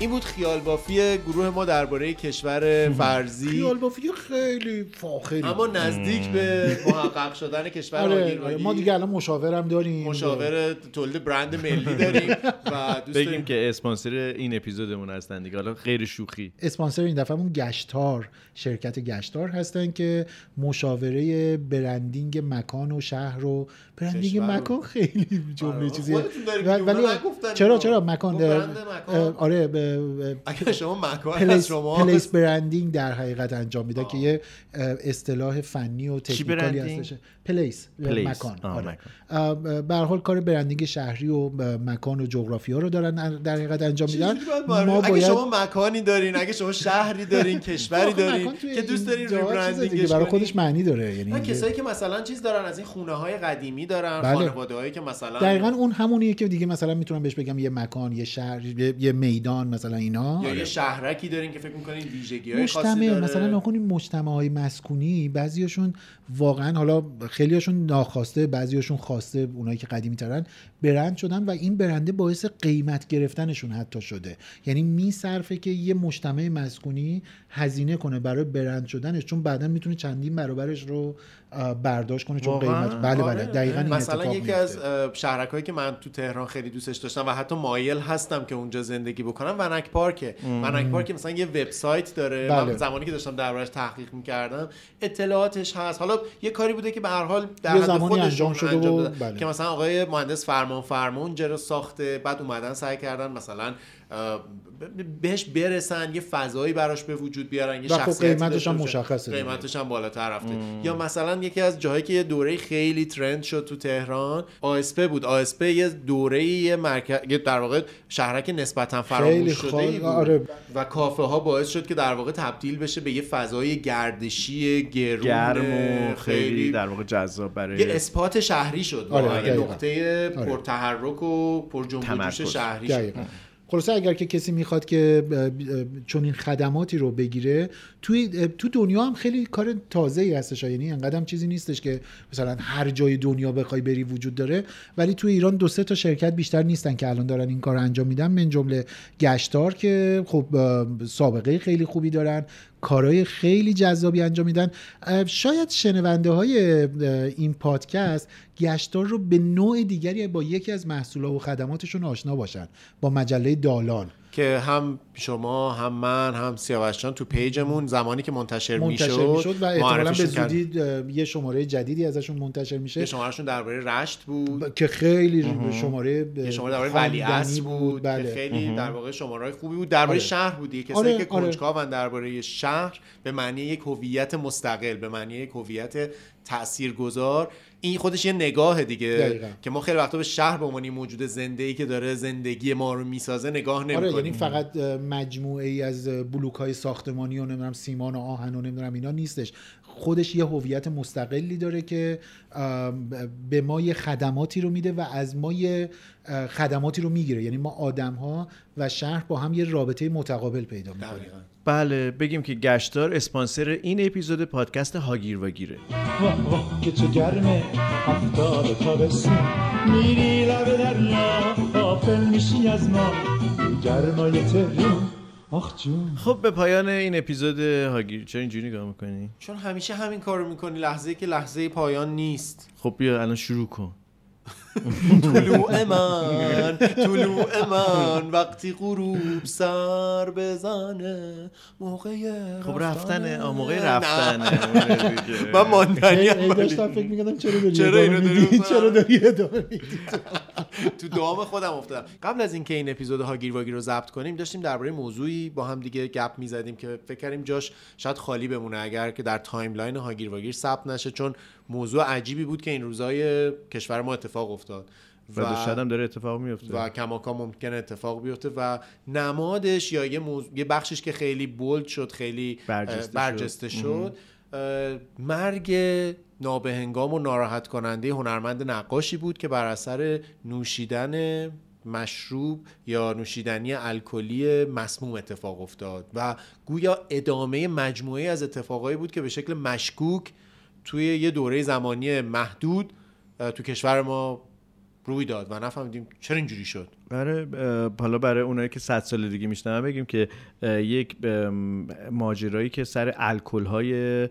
این بود خیال بافی گروه ما درباره کشور فرضی خیال بافی خیلی فاخری اما نزدیک به محقق شدن کشور آره، آگیر آره، بودی. ما دیگه الان مشاورم داریم مشاور تولید برند ملی داریم و دوست بگیم داریم که اسپانسر این اپیزودمون هستن دیگه حالا غیر شوخی اسپانسر این دفعهمون گشتار شرکت گشتار هستن که مشاوره برندینگ مکان و شهر و برندینگ کشور و- مکان خیلی جمله آره، چیزیه خودتون دارید و- میگی، ولی اونا نگفتن چرا اینو. چرا مکان گفت در- برند مکان. اه، آره به- به- اگر شما مکان از پلیس, شما پلیس برندینگ در حقیقت انجام میده که یه اه، اصطلاح فنی و تکنیکالی برندینگ؟ هستش پلیس, پلیس. مکان آه، آره. مکان. اه، اه، به هر حال کار برندینگ شهری و اه، مکان و جغرافیا رو دارن در حقیقت انجام چیزی میدن باید معرفی- ما اگه باید شما مکانی دارین اگه شما شهری دارین کشوری آخه مکان دارین توی که دوست دارین اینجاها چیزه دیگه، ریبرندینگش برای کنین. خودش معنی داره یعنی نه اینجا- کسایی که مثلا چیز دارن از این خونه های قدیمی دارن بله. خانواده هایی که مثلا دقیقا اون همونیه که دیگه مثلا میتونم بهش بگم یه مکان یه شهر یه, یه میدان مثلا اینا یا یه شهرکی دارین که فکر میکنین ویژگی های خاصی مجتمع داره آره. مثلا نکنیم مجتمع های مسکونی بعضیاشون واقعا حالا خیلیاشون ناخواسته بعضیاشون خواسته اونایی که قدیمی ترن برند شدن و این برنده باعث قیمت گرفتنشون حتی شده یعنی میصرفه که یه مجتمع مسکونی هزینه کنه برای برند شدنش چون بعدا میتونه چندین برابرش رو آه، برداشت کنه چون واقعاً؟ قیمت بله آره، بله دقیقاً این مثلا اتفاق یکی میفته. از شهرک هایی که من تو تهران خیلی دوستش داشتم و حتی مایل هستم که اونجا زندگی بکنم ونک پارکه ونک پارک مثلا یه وبسایت داره بله. من زمانی که داشتم دربارش تحقیق میکردم اطلاعاتش هست حالا یه کاری بوده که به هر حال در یه حد زمانی خودشون انجام شده انجام و- دادن. بله. که مثلا آقای مهندس فرمان فرمان اونجا رو ساخته بعد اومدن سعی کردن مثلا اه، ب- بهش برسن یه فضایی براش به وجود بیارن یه و خب شخصیتی قیمتش داشته هم باشه. مشخصه دیگه. قیمتش هم بالاتر رفته یا مثلا مثلا یکی از جاهایی که یه دوره خیلی ترند شد تو تهران آسپه بود آسپه یه دوره یه مرکز یه در واقع شهرک نسبتا خیلی فراموش شده خال- بود. آره. و کافه ها باعث شد که در واقع تبدیل بشه به یه فضای گردشی گرون گرم و خیلی خیلی در واقع جذاب برای یه اثبات شهری شد آره، واقعا. یه دقیقاً. نقطه آره. پرتحرک و پر جنب و جوش تمرکز. شهری شد دقیقاً. خلاصه اگر که کسی میخواد که چون این خدماتی رو بگیره توی اه، تو دنیا هم خیلی کار تازه ای هستش ها. یعنی انقدر هم چیزی نیستش که مثلا هر جای دنیا بخوای بری وجود داره ولی توی ایران دو سه تا شرکت بیشتر نیستن که الان دارن این کار رو انجام میدن من جمله گشتار که خب اه، سابقه خیلی خوبی دارن کارهای خیلی جذابی انجام میدن اه، شاید شنونده های این پادکست گشتار رو به نوع دیگری با یکی از محصولات و خدماتشون آشنا باشن با مجله دالان که هم شما هم من هم سیاوش جان تو پیجمون زمانی که منتشر, منتشر می‌شد، میشد و احتمالا به معرفیشون کرد. زودی اه، یه شماره جدیدی ازشون منتشر میشه یه شمارشون درباره رشت بود که خیلی مهم. شماره ب- یه شماره درباره ولی خواندنی عصر بود بله. که خیلی مهم. در واقع شماره خوبی بود درباره آره. شهر بود دیگه کسایی آره، که آره. کنجکاون درباره شهر به معنی یک هویت مستقل به معنی یک هویت تاثیرگذار این خودش یه نگاه دیگه دقیقاً. که ما خیلی وقتا به شهر به عنوان یه موجود زنده ای که داره زندگی ما رو میسازه نگاه آره نمی‌کنیم یعنی فقط مجموعه ای از بلوک های ساختمانی و نمیدونم سیمان و آهن و نمیدونم اینا نیستش خودش یه هویت مستقلی داره که ام، به ما یه خدماتی رو میده و از ما یه اه، خدماتی رو میگیره یعنی ما آدم ها و شهر با هم یه رابطه متقابل پیدا میکنیم بله بگیم که گشتار اسپانسر این اپیزود پادکست هاگیر واگیره واه واه که چه گرمه هفتاد تابستون میری لب دریا قافل میشی از ما گرمای تهرون آخ جون خب به پایان این اپیزود هاگیر چرا اینجوری نگاه میکنی چون همیشه همین کارو میکنی لحظه که لحظه پایان نیست خب بیا الان شروع کن طلوع من طلوع من وقتی غروب سر بزنه موقع خب رفتنه آه، موقع نه. رفتنه من ماندنی هی- هی داشتم فکر می‌کردم چرا داری چرا ادامه اینو داری می‌دی؟ مثلا؟ چرا داری ادامه می‌دی؟ تو دام خودم افتادم قبل از اینکه این اپیزود هاگیر واگیر رو ضبط کنیم داشتیم درباره موضوعی با هم دیگه گپ میزدیم که فکر کردیم جاش شاید خالی بمونه اگر که در تایملاین هاگیر واگیر ثبت نشه چون موضوع عجیبی بود که این روزای کشور ما اتفاق افتاد و شاید هم داره اتفاق میفته و کماکان ممکنه اتفاق بیفته و نمادش یا یه, موضوع- یه بخشش که خیلی بولد شد خیلی برجسته اه، شد. برجسته مهم. شد اه، مرگ نابهنگام و ناراحت کننده هنرمند نقاشی بود که بر اثر نوشیدن مشروب یا نوشیدنی الکلی مسموم اتفاق افتاد و گویا ادامه مجموعه از اتفاقایی بود که به شکل مشکوک توی یه دوره زمانی محدود اه، تو کشور ما روی داد و نفهمیدیم چرا اینجوری شد برای اه، آره، حالا برای اونایی که 100 سال دیگه میشنون بگیم که اه، یک ام، ماجرایی که سر الکل های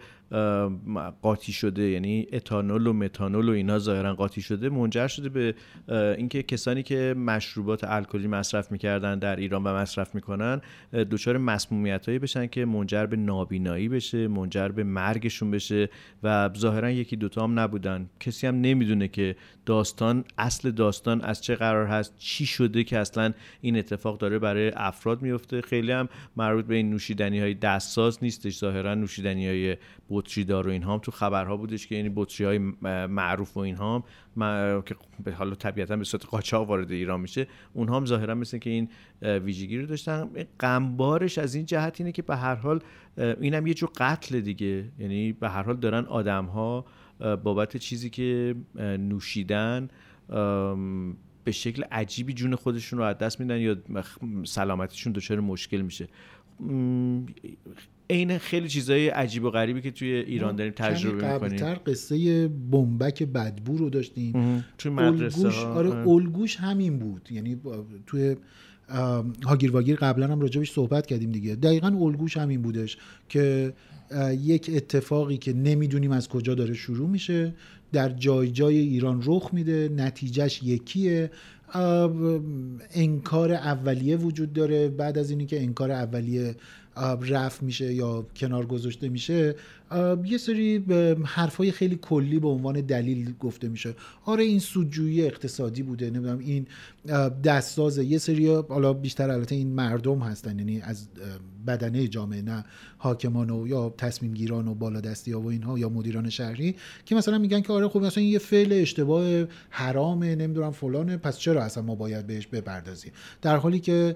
قاطی شده یعنی اتانول و متانول و اینا ظاهرا قاطی شده منجر شده به اه، اینکه کسانی که مشروبات الکلی مصرف میکردن در ایران و مصرف میکنن دچار مسمومیت هایی بشن که منجر به نابینایی بشه منجر به مرگشون بشه و ظاهرا یکی دوتا هم نبودن کسی هم نمیدونه که داستان اصل داستان از چه قرار هست چی شده که اصلا این اتفاق داره برای افراد میفته خیلی هم مربوط به این نوشیدنی های دستساز نیستش ظاهرا نوشیدنی های بطری دار و اینها هم تو خبرها بودش که یعنی بطری های معروف و اینها هم م- که به حالا طبیعتا به صورت قاچاق وارد ایران میشه اونها هم ظاهرا مثل که این اه، ویژگی رو داشتن غمبارش از این جهت اینه که به هر حال اه، اینم یه جور قتل دیگه یعنی به هر حال دارن آدم ها بابت چیزی که اه، نوشیدن ام، به شکل عجیبی جون خودشون رو از دست میدن یا مخ- سلامتشون دچار مشکل میشه م، عین خیلی چیزای عجیب و غریبی که توی ایران داریم تجربه قبلتر میکنیم قصه بمبک بدبو رو داشتیم مهم. توی مدرسه الگوش ها. آره آره. الگوش همین بود یعنی با- توی ام، هاگیر واگیر قبلا هم راجبش صحبت کردیم دیگه دقیقا الگوش همین بودش که اه، یک اتفاقی که نمیدونیم از کجا داره شروع میشه در جای جای ایران رخ میده نتیجهش یکیه ام، انکار اولیه وجود داره بعد از اینی که انکار اولیه رفت میشه یا کنار گذاشته میشه یه سری حرفای خیلی کلی به عنوان دلیل گفته میشه آره این سودجویی اقتصادی بوده نمیدونم این دستساز یه سری حالا بیشتر البته این مردم هستن یعنی از بدنه جامعه نه حاکمان و یا تصمیم گیران و بالادستی ها و اینها یا مدیران شهری که مثلا میگن که آره خب مثلا این یه فعل اشتباه حرامه نمیدونم فلانه پس چرا اصلا ما باید بهش بپردازیم در حالی که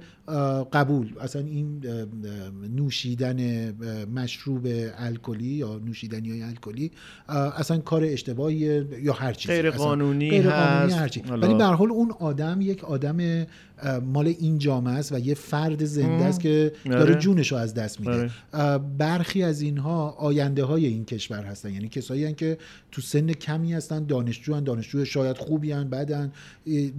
قبول اصلا این نوشیدن مشروب الکلی یا نوشیدنی های الکلی اصلا کار اشتباهی یا هر چیزی غیر قانونی غیر قانونی هر چیز ولی به حال اون آدم یک آدم مال این جامعه است و یه فرد زنده است که داره جونش رو از دست میده برخی از اینها آینده های این کشور هستن یعنی کسایی هستن که تو سن کمی هستن دانشجو هستن دانشجو شاید خوبی هستن بعدن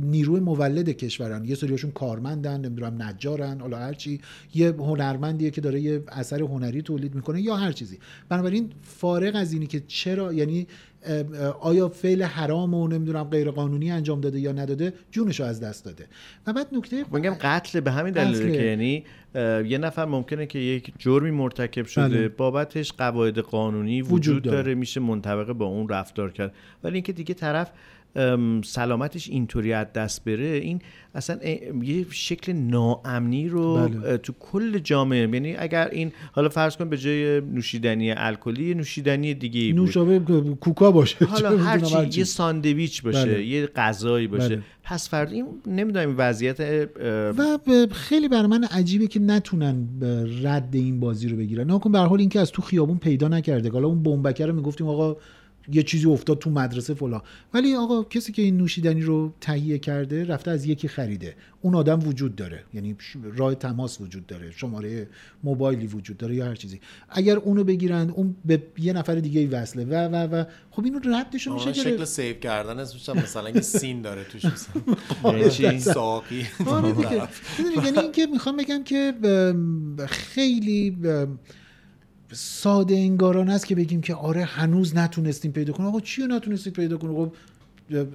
نیروی مولد کشورن یه سریاشون کارمندن نمیدونم نجارن حالا هرچی یه هنرمندیه که داره یه اثر هنری تولید میکنه یا هر چیزی بنابراین فارغ از اینی که چرا یعنی آیا فعل حرام و نمیدونم غیر قانونی انجام داده یا نداده جونش رو از دست داده و بعد نکته میگم قتل به همین دلیل که یعنی یه نفر ممکنه که یک جرمی مرتکب شده بله. بابتش قواعد قانونی وجود, وجود داره. داره میشه منطبق با اون رفتار کرد ولی اینکه دیگه طرف سلامتش اینطوری از دست بره این اصلا یه شکل ناامنی رو بله. تو کل جامعه یعنی اگر این حالا فرض کن به جای نوشیدنی الکلی نوشیدنی دیگه ای نوشابه کوکا باشه حالا هر چی یه ساندویچ باشه بله. یه غذایی باشه بله. پس فرد این نمیدونم وضعیت و خیلی بر من عجیبه که نتونن رد این بازی رو بگیرن نه کن به حال اینکه از تو خیابون پیدا نکرده حالا اون بمبکر رو میگفتیم آقا یه چیزی افتاد تو مدرسه فلان ولی آقا کسی که این نوشیدنی رو تهیه کرده رفته از یکی خریده اون آدم وجود داره یعنی راه تماس وجود داره شماره موبایلی وجود داره یا هر چیزی اگر اونو بگیرن اون به یه نفر دیگه ای وصله و و و خب اینو ردش میشه شکل گره... سیو کردن اسمش مثلا یه سین داره توش مثلا ساقی آره یعنی اینکه میخوام بگم که خیلی ساده انگاران است که بگیم که آره هنوز نتونستیم پیدا کنیم آقا چی رو نتونستید پیدا کنیم خب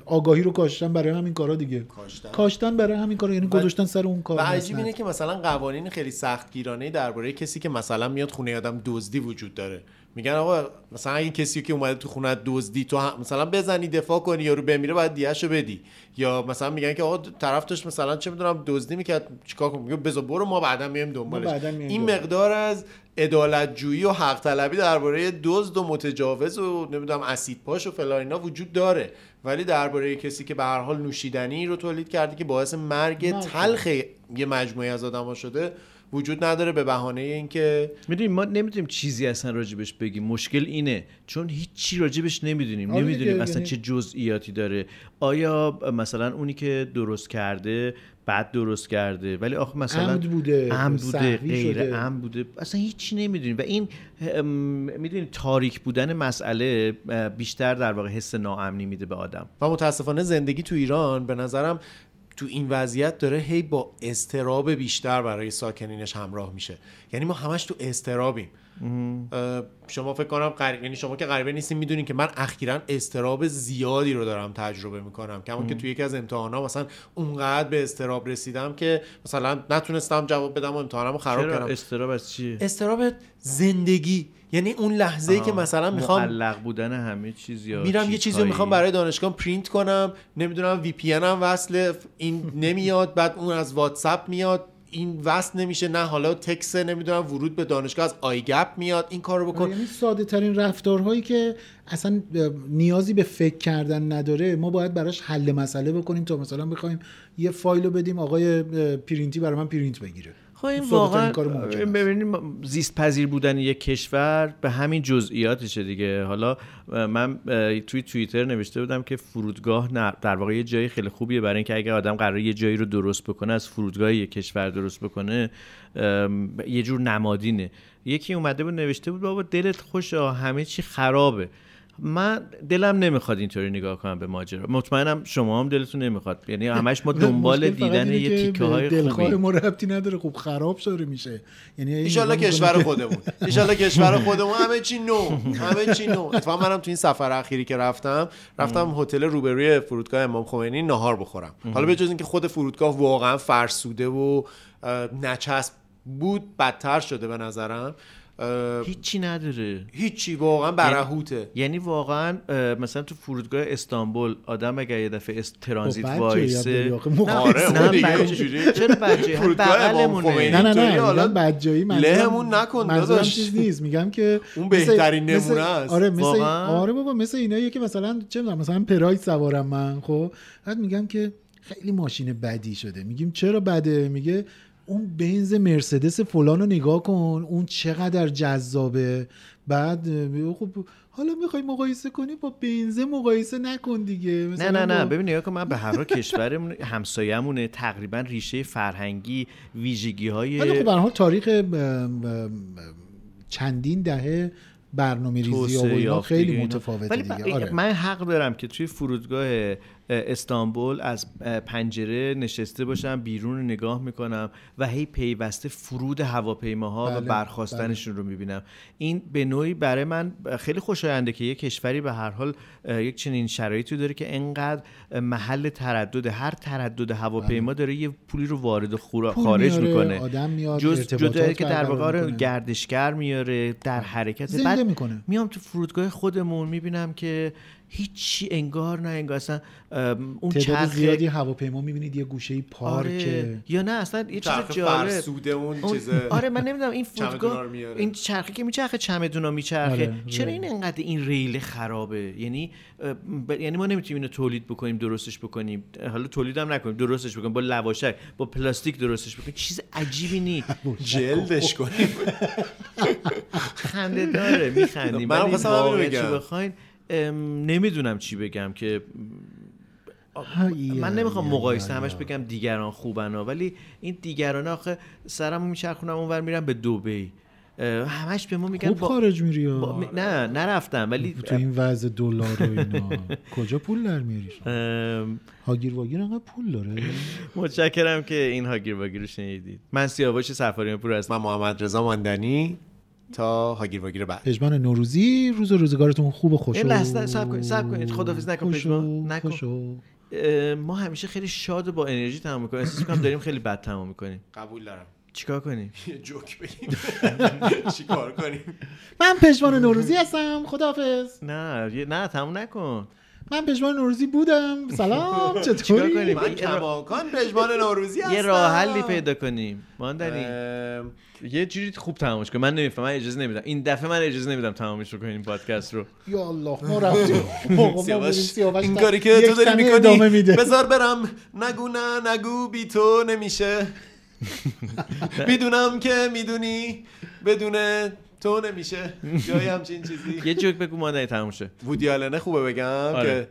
آگاهی رو کاشتن برای همین کارا دیگه کاشتن, کاشتن برای همین کارا یعنی گذاشتن سر اون کار و عجیب اینه که مثلا قوانین خیلی سختگیرانه درباره کسی که مثلا میاد خونه آدم دزدی وجود داره میگن آقا مثلا اگه کسی که اومده تو خونه دزدی تو هم مثلا بزنی دفاع کنی یا رو بمیره باید دیهشو بدی یا مثلا میگن که آقا طرف داشت مثلا چه میدونم دزدی میکرد چیکار کنم میگه بزا برو ما بعدا میایم دنبالش این دو. مقدار از عدالت جویی و حق طلبی درباره دزد و متجاوز و نمیدونم اسید پاش و فلان اینا وجود داره ولی درباره کسی که به هر حال نوشیدنی رو تولید کرده که باعث مرگ تلخ یه مجموعه از آدما شده وجود نداره به بهانه اینکه میدونیم ما نمیتونیم چیزی اصلا راجبش بگیم مشکل اینه چون هیچی راجبش نمیدونیم آره، یعنی نمیدونیم اصلا چه جزئیاتی داره آیا مثلا اونی که درست کرده بد درست کرده ولی آخه مثلا عمد بوده عمد بوده غیر عمد بوده اصلا هیچی نمیدونیم و این میدونیم تاریک بودن مسئله بیشتر در واقع حس ناامنی میده به آدم و متاسفانه زندگی تو ایران به نظرم تو این وضعیت داره هی با استراب بیشتر برای ساکنینش همراه میشه یعنی ما همش تو استرابیم شما فکر کنم قریب یعنی شما که غریبه نیستین میدونین که من اخیرا استراب زیادی رو دارم تجربه میکنم کما که تو یکی از امتحانا مثلا اونقدر به استراب رسیدم که مثلا نتونستم جواب بدم و امتحانمو خراب چرا؟ کردم استراب از چیه استراب زندگی یعنی اون لحظه ای که مثلا میخوام معلق بودن همه چیز یا میرم یه چیزی رو میخوام برای دانشگاه پرینت کنم نمیدونم وی پی هم وصل این نمیاد بعد اون از واتساپ میاد این وصل نمیشه نه حالا تکس نمیدونم ورود به دانشگاه از آیگپ میاد این کارو بکن یعنی ساده ترین رفتارهایی که اصلا نیازی به فکر کردن نداره ما باید براش حل مسئله بکنیم تا مثلا بخوایم یه فایل رو بدیم آقای پرینتی برای من پرینت بگیره خب این واقعا ببینید زیست پذیر بودن یک کشور به همین جزئیاتشه دیگه حالا من توی توییتر نوشته بودم که فرودگاه در واقع یه جای خیلی خوبیه برای اینکه اگر آدم قراره یه جایی رو درست بکنه از فرودگاه یک کشور درست بکنه یه جور نمادینه یکی اومده بود نوشته بود بابا دلت خوش همه چی خرابه من دلم نمیخواد اینطوری نگاه کنم به ماجرا مطمئنم شما هم دلتون نمیخواد یعنی همش ما دنبال دیدن یه تیکه های خوبی ما ربطی نداره خب خراب شده میشه یعنی ان کشور خودمون ان کشور خودمون همه چی نو همه چی نو اتفاقا منم تو این سفر اخیری که رفتم رفتم هتل روبروی فرودگاه امام خمینی ناهار بخورم حالا به جز اینکه خود فرودگاه واقعا فرسوده و نچسب بود بدتر شده به نظرم هیچی نداره هیچی واقعا برهوته یعنی, یعنی واقعا مثلا تو فرودگاه استانبول آدم اگر یه دفعه است ترانزیت وایسه آره چرا بچه بغلمونه نه نه نه حالا بدجایی لهمون نکن داداش چیز نیست میگم که اون بهترین نمونه است آره مثل آره بابا مثل اینایی که مثلا چه میدونم مثلا پراید سوارم من خب بعد میگم که خیلی ماشین بدی شده میگیم چرا بده میگه اون بنز مرسدس فلان رو نگاه کن اون چقدر جذابه بعد خب حالا میخوای مقایسه کنی با بنزه مقایسه نکن دیگه نه نه نه با... ببین نگاه کن من به هر کشورمون همسایه‌مونه تقریبا ریشه فرهنگی ویژگی های ولی خب حال تاریخ ب... ب... چندین دهه برنامه ریزی و اینا خیلی متفاوته ولی دیگه. آره. من حق دارم که توی فرودگاه استانبول از پنجره نشسته باشم بیرون رو نگاه میکنم و هی پیوسته فرود هواپیماها بله، و برخواستنشون بله. رو میبینم این به نوعی برای من خیلی خوشاینده که یک کشوری به هر حال یک چنین شرایطی داره که انقدر محل تردد هر تردد هواپیما داره یه پولی رو وارد خورا خارج میاره، میکنه بله. آدم میاد جز جدایی که در واقع آره، گردشگر میاره در حرکت بعد بله. میکنه میام تو فرودگاه خودمون میبینم که هیچی انگار نه انگار اصلا اون چرخ زیادی هواپیما میبینید یه گوشه پارک آره. یا نه اصلا یه چیز جالب اون, اون چیزه آره من نمیدونم این فرودگاه این چرخی که میچرخه چمدونا میچرخه آره. چرا این انقدر این ریل خرابه یعنی ب... یعنی ما نمیتونیم اینو تولید بکنیم درستش بکنیم حالا تولید هم نکنیم درستش بکنیم با لواشک با پلاستیک درستش بکنیم چیز عجیبی نیست جلدش کنیم خنده داره میخندیم من بخواین نمیدونم چی بگم که من نمیخوام مقایسه همش بگم دیگران خوبن ها ولی این دیگران آخه سرمو میچرخونم اونور میرم به دبی همش به ما میگن خوب با... خارج میری با... نه نرفتم ولی تو این وضع دلار و اینا کجا پول در میاری هاگیر واگیر انقدر پول داره متشکرم که این هاگیر واگیر رو شنیدید من سیاوش سفاریان پور هستم من محمد رضا ماندنی تا هاگیر واگیر بعد پژمان نوروزی روز و روزگارتون خوب و خوشو لحظه سب کنید سب کنید خدافظ نکن پژمان نکن خوشو. ما همیشه خیلی شاد و با انرژی تمام میکنیم احساس میکنم داریم خیلی بد تمام میکنیم قبول دارم چیکار کنیم یه جوک بگیم چیکار کنیم من پژمان نوروزی هستم خدافظ نه نه تموم نکن من پژمان نوروزی بودم سلام چطوری من کماکان پژمان نوروزی هستم یه راه حلی پیدا کنیم ماندنی یه جوری خوب تمامش کن من نمیفهمم من اجازه نمیدم این دفعه من اجازه نمیدم تمامش رو کنیم پادکست رو یا الله ما رفتیم این کاری که تو داری میکنی بذار برم نگو نه نگو بی تو نمیشه میدونم که میدونی بدون تو نمیشه جایی همچین چیزی یه جوک بگو مادر تموم شه وودی آلنه خوبه آره. بگم که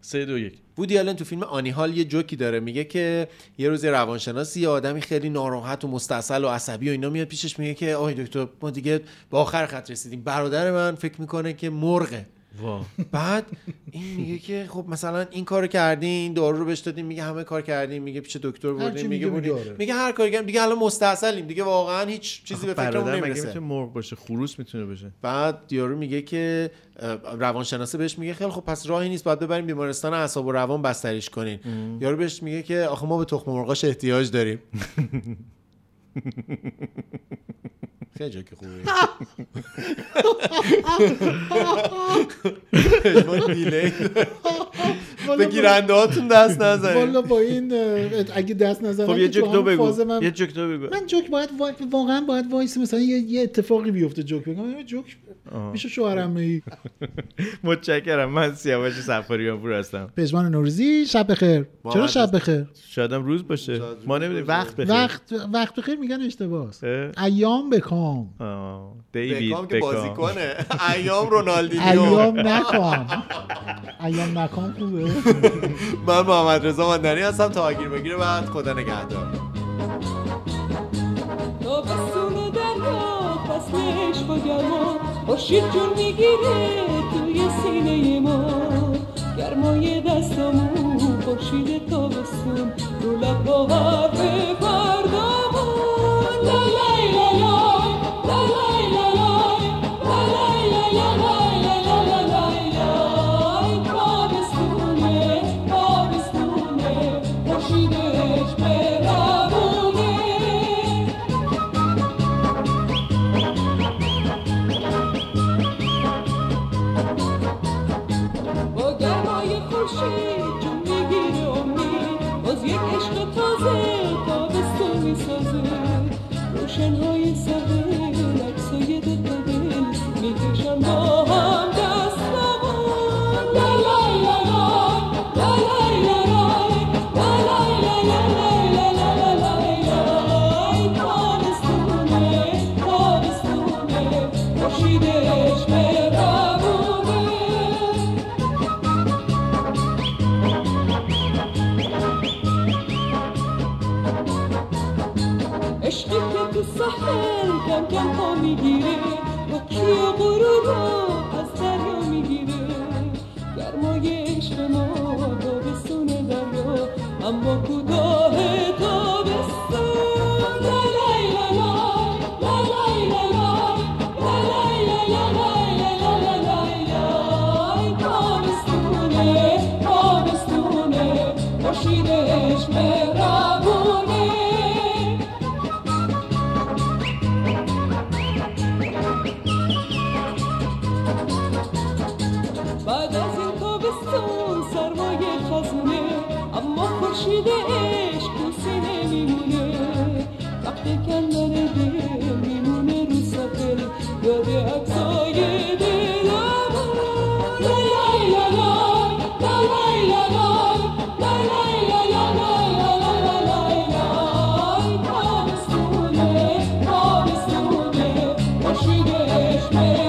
سه دو یک وودی آلن تو فیلم آنیهال یه جوکی داره میگه که یه روز روانشناسی یه آدمی خیلی ناراحت و مستاصل و عصبی و اینا میاد پیشش میگه که آی دکتر ما دیگه به آخر خط رسیدیم برادر من فکر میکنه که مرغه وا. بعد این میگه که خب مثلا این کارو کردین دارو رو بهش دادیم میگه همه کار کردیم میگه پیش دکتر بردیم میگه میگه, آره. میگه, میگه هر کاری کردیم دیگه الان مستاصلیم دیگه واقعا هیچ چیزی به فکرمون نمیرسه میتونه مرغ باشه خروس میتونه بشه بعد یارو میگه که روانشناسه بهش میگه خیلی خب پس راهی نیست باید ببریم بیمارستان اعصاب و روان بستریش کنین ام. یارو بهش میگه که آخه ما به تخم مرغاش احتیاج داریم خیلی جا که خوبه به گیرنده هاتون دست نزنید والا با این اگه دست نزنید خب یه جوک دو بگو من... یه جوک دو بگو من جوک باید واقعا باید وایس مثلا یه, اتفاقی بیفته جوک بگم جوک میشه شوهرم ای متشکرم من سیاوش سفاریان پور هستم پژمان نوروزی شب بخیر چرا شب بخیر شادم روز باشه ما نمیدونیم وقت بخیر وقت وقت بخیر میگن اشتباهه ایام بکام دیوید بکام که بازیکنه ایام رونالدینیو ایام نکام ایام نکام خوبه من محمد رضا ماندنی هستم تا آگیر بگیره بعد خدا نگهدار تابستون دریا فصلش با گرما خورشید جون میگیره توی سینه ما گرمای دستامون خورشید تابستون رو لب باور به فردامون لالای لالای لالای لالای لالای لالای لالای لالای Thank you. تو ساحل کم کم پا میگیره با کیه غرور رو از دریا میگیره گرمای عشق ما تابستون دریا اما کوتاه تابستون لا لای لا لای، لا لای لا لای، لا لای لا لا لای، لا لا لا لای لای. تابستونه، تابستونه، خورشید عشق مهربونه بعد از این تابستون سرمایه خزونه اما خورشید عشق تو سینه میمونه وقتی کندن دل میمونه رو ساحل یاد عکسای دلمون لا لای لا لای، لا لای لا لای، لا لای لا لا لای، لا لا لا لای لای. تابستونه، تابستونه، خورشید عشق